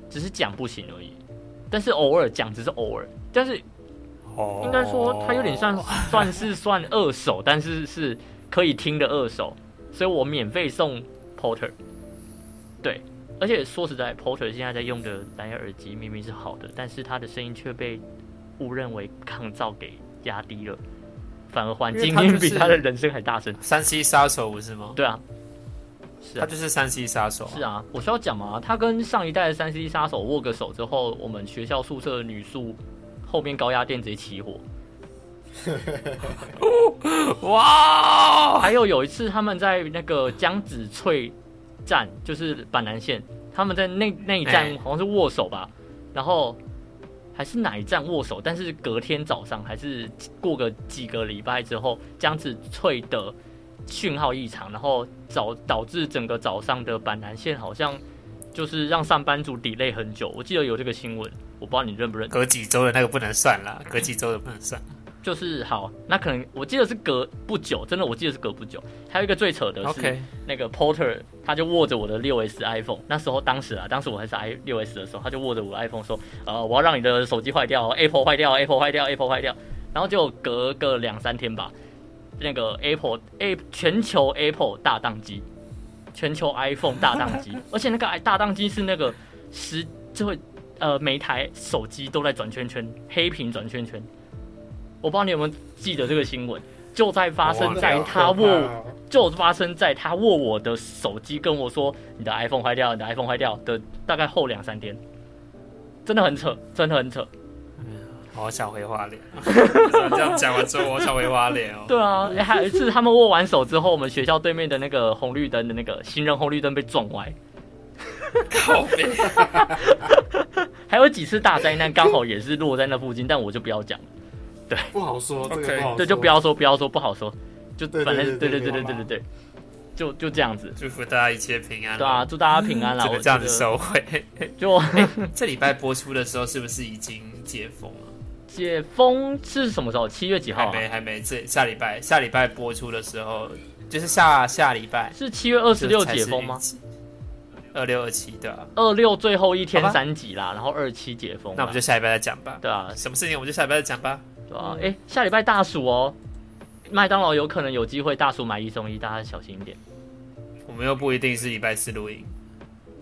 [SPEAKER 1] 只是讲不行而已。但是偶尔讲只是偶尔，但是
[SPEAKER 2] 哦
[SPEAKER 1] 应该说它有点算算是算二手，但是是可以听的二手，所以我免费送 Porter。对，而且说实在，Porter 现在在用的蓝牙耳机明明是好的，但是它的声音却被误认为抗噪给压低了，反而环境
[SPEAKER 2] 因为它
[SPEAKER 1] 音
[SPEAKER 2] 就
[SPEAKER 1] 比
[SPEAKER 2] 是
[SPEAKER 1] 他的人声还大声。
[SPEAKER 2] 三 C 杀手不是吗？
[SPEAKER 1] 对啊，是
[SPEAKER 2] 他
[SPEAKER 1] 啊。
[SPEAKER 2] 就是三 C 杀手、
[SPEAKER 1] 是，啊，我需要讲嘛，他跟上一代的三 C 杀手握个手之后，我们学校宿舍的女宿后面高压电直接起火。
[SPEAKER 2] 哇哦，
[SPEAKER 1] 还有有一次他们在那个江子翠站，就是板南线，他们在那那一站
[SPEAKER 2] 哎
[SPEAKER 1] 好像是握手吧，然后还是哪一站握手，但是隔天早上还是过个几个礼拜之后，江子翠的讯号异常，然后导导致整个早上的板南线好像就是让上班族 delay 很久，我记得有这个新闻，我不知道你认不认
[SPEAKER 2] 隔几周的那个不能算啦，隔几周的不能算。
[SPEAKER 1] 就是好，那可能我记得是隔不久，真的我记得是隔不久。还有一个最扯的是
[SPEAKER 2] OK
[SPEAKER 1] 那个 Porter，他就握着我的六 S iPhone，那时候当时啊，当时我还是 i 六 S 的时候，他就握着我的 iPhone 说，呃，我要让你的手机坏掉，Apple 坏掉，Apple 坏掉，Apple 坏掉。然后就隔个两三天吧，那个 Apple A 全球 Apple 大宕机，全球 iPhone 大宕机，而且那个 i- 大宕机是那个十就会呃每一台手机都在转圈圈，黑屏转圈圈。我不知道你有没有记得这个新闻，就在发
[SPEAKER 3] 哦
[SPEAKER 1] 生在他握
[SPEAKER 3] 真的好可怕哦
[SPEAKER 1] 就发生在他握我的手机跟我说你的 iPhone 坏掉，你的 iPhone 坏掉的大概后两三天，真的很扯，真的很扯。
[SPEAKER 2] 我好想回 花莲，这样讲完之后，我好想回花莲哦。
[SPEAKER 1] 对啊，诶还有一次他们握完手之后，我们学校对面的那个红绿灯的那个行人红绿灯被撞歪，
[SPEAKER 2] 靠背，
[SPEAKER 1] 还有几次大灾难刚好也是落在那附近，但我就不要讲，
[SPEAKER 3] 不好说，这个
[SPEAKER 2] OK
[SPEAKER 3] 不好说
[SPEAKER 1] 对，就不要说不要说不好说，就
[SPEAKER 3] 对对
[SPEAKER 1] 反正对对
[SPEAKER 3] 对对
[SPEAKER 1] 对对
[SPEAKER 3] 对
[SPEAKER 1] 对对对，就就这样子。
[SPEAKER 2] 祝福大家一切平安。
[SPEAKER 1] 对啊，，祝大家平安啦！
[SPEAKER 2] 只
[SPEAKER 1] 我
[SPEAKER 2] 嗯能这样子
[SPEAKER 1] 觉得
[SPEAKER 2] 收尾。
[SPEAKER 1] 就
[SPEAKER 2] 这礼拜播出的时候，是不是已经解封了？
[SPEAKER 1] 解封是什么时候？七月几号
[SPEAKER 2] 还
[SPEAKER 1] 啊？
[SPEAKER 2] 没，还没。这下礼拜，下礼拜播出的时候，就是下下礼拜
[SPEAKER 1] 是七月二
[SPEAKER 2] 二
[SPEAKER 1] 十六解封吗？？
[SPEAKER 2] 二六二七对吧、
[SPEAKER 1] 二六最后一天
[SPEAKER 2] 好吧
[SPEAKER 1] 三级啦，然后二七解封啦。
[SPEAKER 2] 那我们就下礼拜再讲吧。
[SPEAKER 1] 对啊，
[SPEAKER 2] 什么事情我们就下礼拜再讲吧。
[SPEAKER 1] 对啊，哎、下礼拜大暑哦，麦当劳有可能有机会大暑买一送一，大家小心一点
[SPEAKER 2] 我们又不一定是礼拜四录音，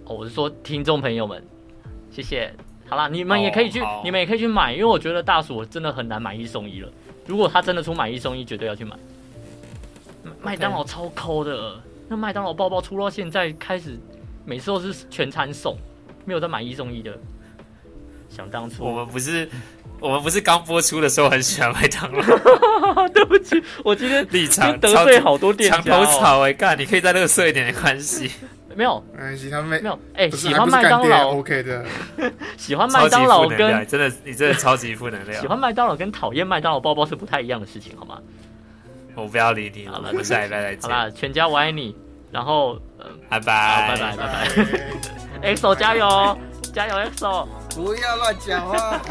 [SPEAKER 1] 哦。我是说听众朋友们，谢谢。好啦，你们也可以去，
[SPEAKER 2] 哦好
[SPEAKER 1] 你们也可以去买，因为我觉得大暑真的很难买一送一了。如果他真的出买一送一，绝对要去买。麦麦当劳超抠的，那麦当劳包包出到现在开始，每次都是全餐送，没有再买一送一的。想当初，
[SPEAKER 2] 我们不是我们不是刚播出的时候很喜欢麦当劳
[SPEAKER 1] 对不起，我今天
[SPEAKER 2] 立
[SPEAKER 1] 今天
[SPEAKER 2] 场，
[SPEAKER 1] 得罪好多店家、
[SPEAKER 2] 墙
[SPEAKER 1] 哦。
[SPEAKER 2] 头草哎、干，你可以再乐色一点没关系。
[SPEAKER 1] 没有
[SPEAKER 3] 没关系，他们
[SPEAKER 1] 没
[SPEAKER 3] 没
[SPEAKER 1] 有，哎、
[SPEAKER 3] 不是
[SPEAKER 1] 喜
[SPEAKER 3] 还
[SPEAKER 1] 欢
[SPEAKER 3] 不是
[SPEAKER 1] 麦
[SPEAKER 3] 干
[SPEAKER 1] 当
[SPEAKER 3] 爹
[SPEAKER 1] 劳，
[SPEAKER 3] OK 的，
[SPEAKER 1] 喜欢
[SPEAKER 2] 超
[SPEAKER 1] 麦
[SPEAKER 2] 级
[SPEAKER 1] 当劳
[SPEAKER 2] 负能量，
[SPEAKER 1] 跟
[SPEAKER 2] 真的你真的超级负能量
[SPEAKER 1] 喜。欢麦当劳跟讨厌麦当劳包包是不太一样的事情，好吗？
[SPEAKER 2] 我不要理你
[SPEAKER 1] 好
[SPEAKER 2] 了，
[SPEAKER 1] 了
[SPEAKER 2] 我们下礼
[SPEAKER 1] 好
[SPEAKER 2] 拜再见，
[SPEAKER 1] 啦，全家我爱你，然后、呃、好
[SPEAKER 2] 拜拜，
[SPEAKER 1] 拜拜拜拜
[SPEAKER 3] 拜。
[SPEAKER 1] 哦，XO 加油，加油 XO。
[SPEAKER 3] 不要乱讲话。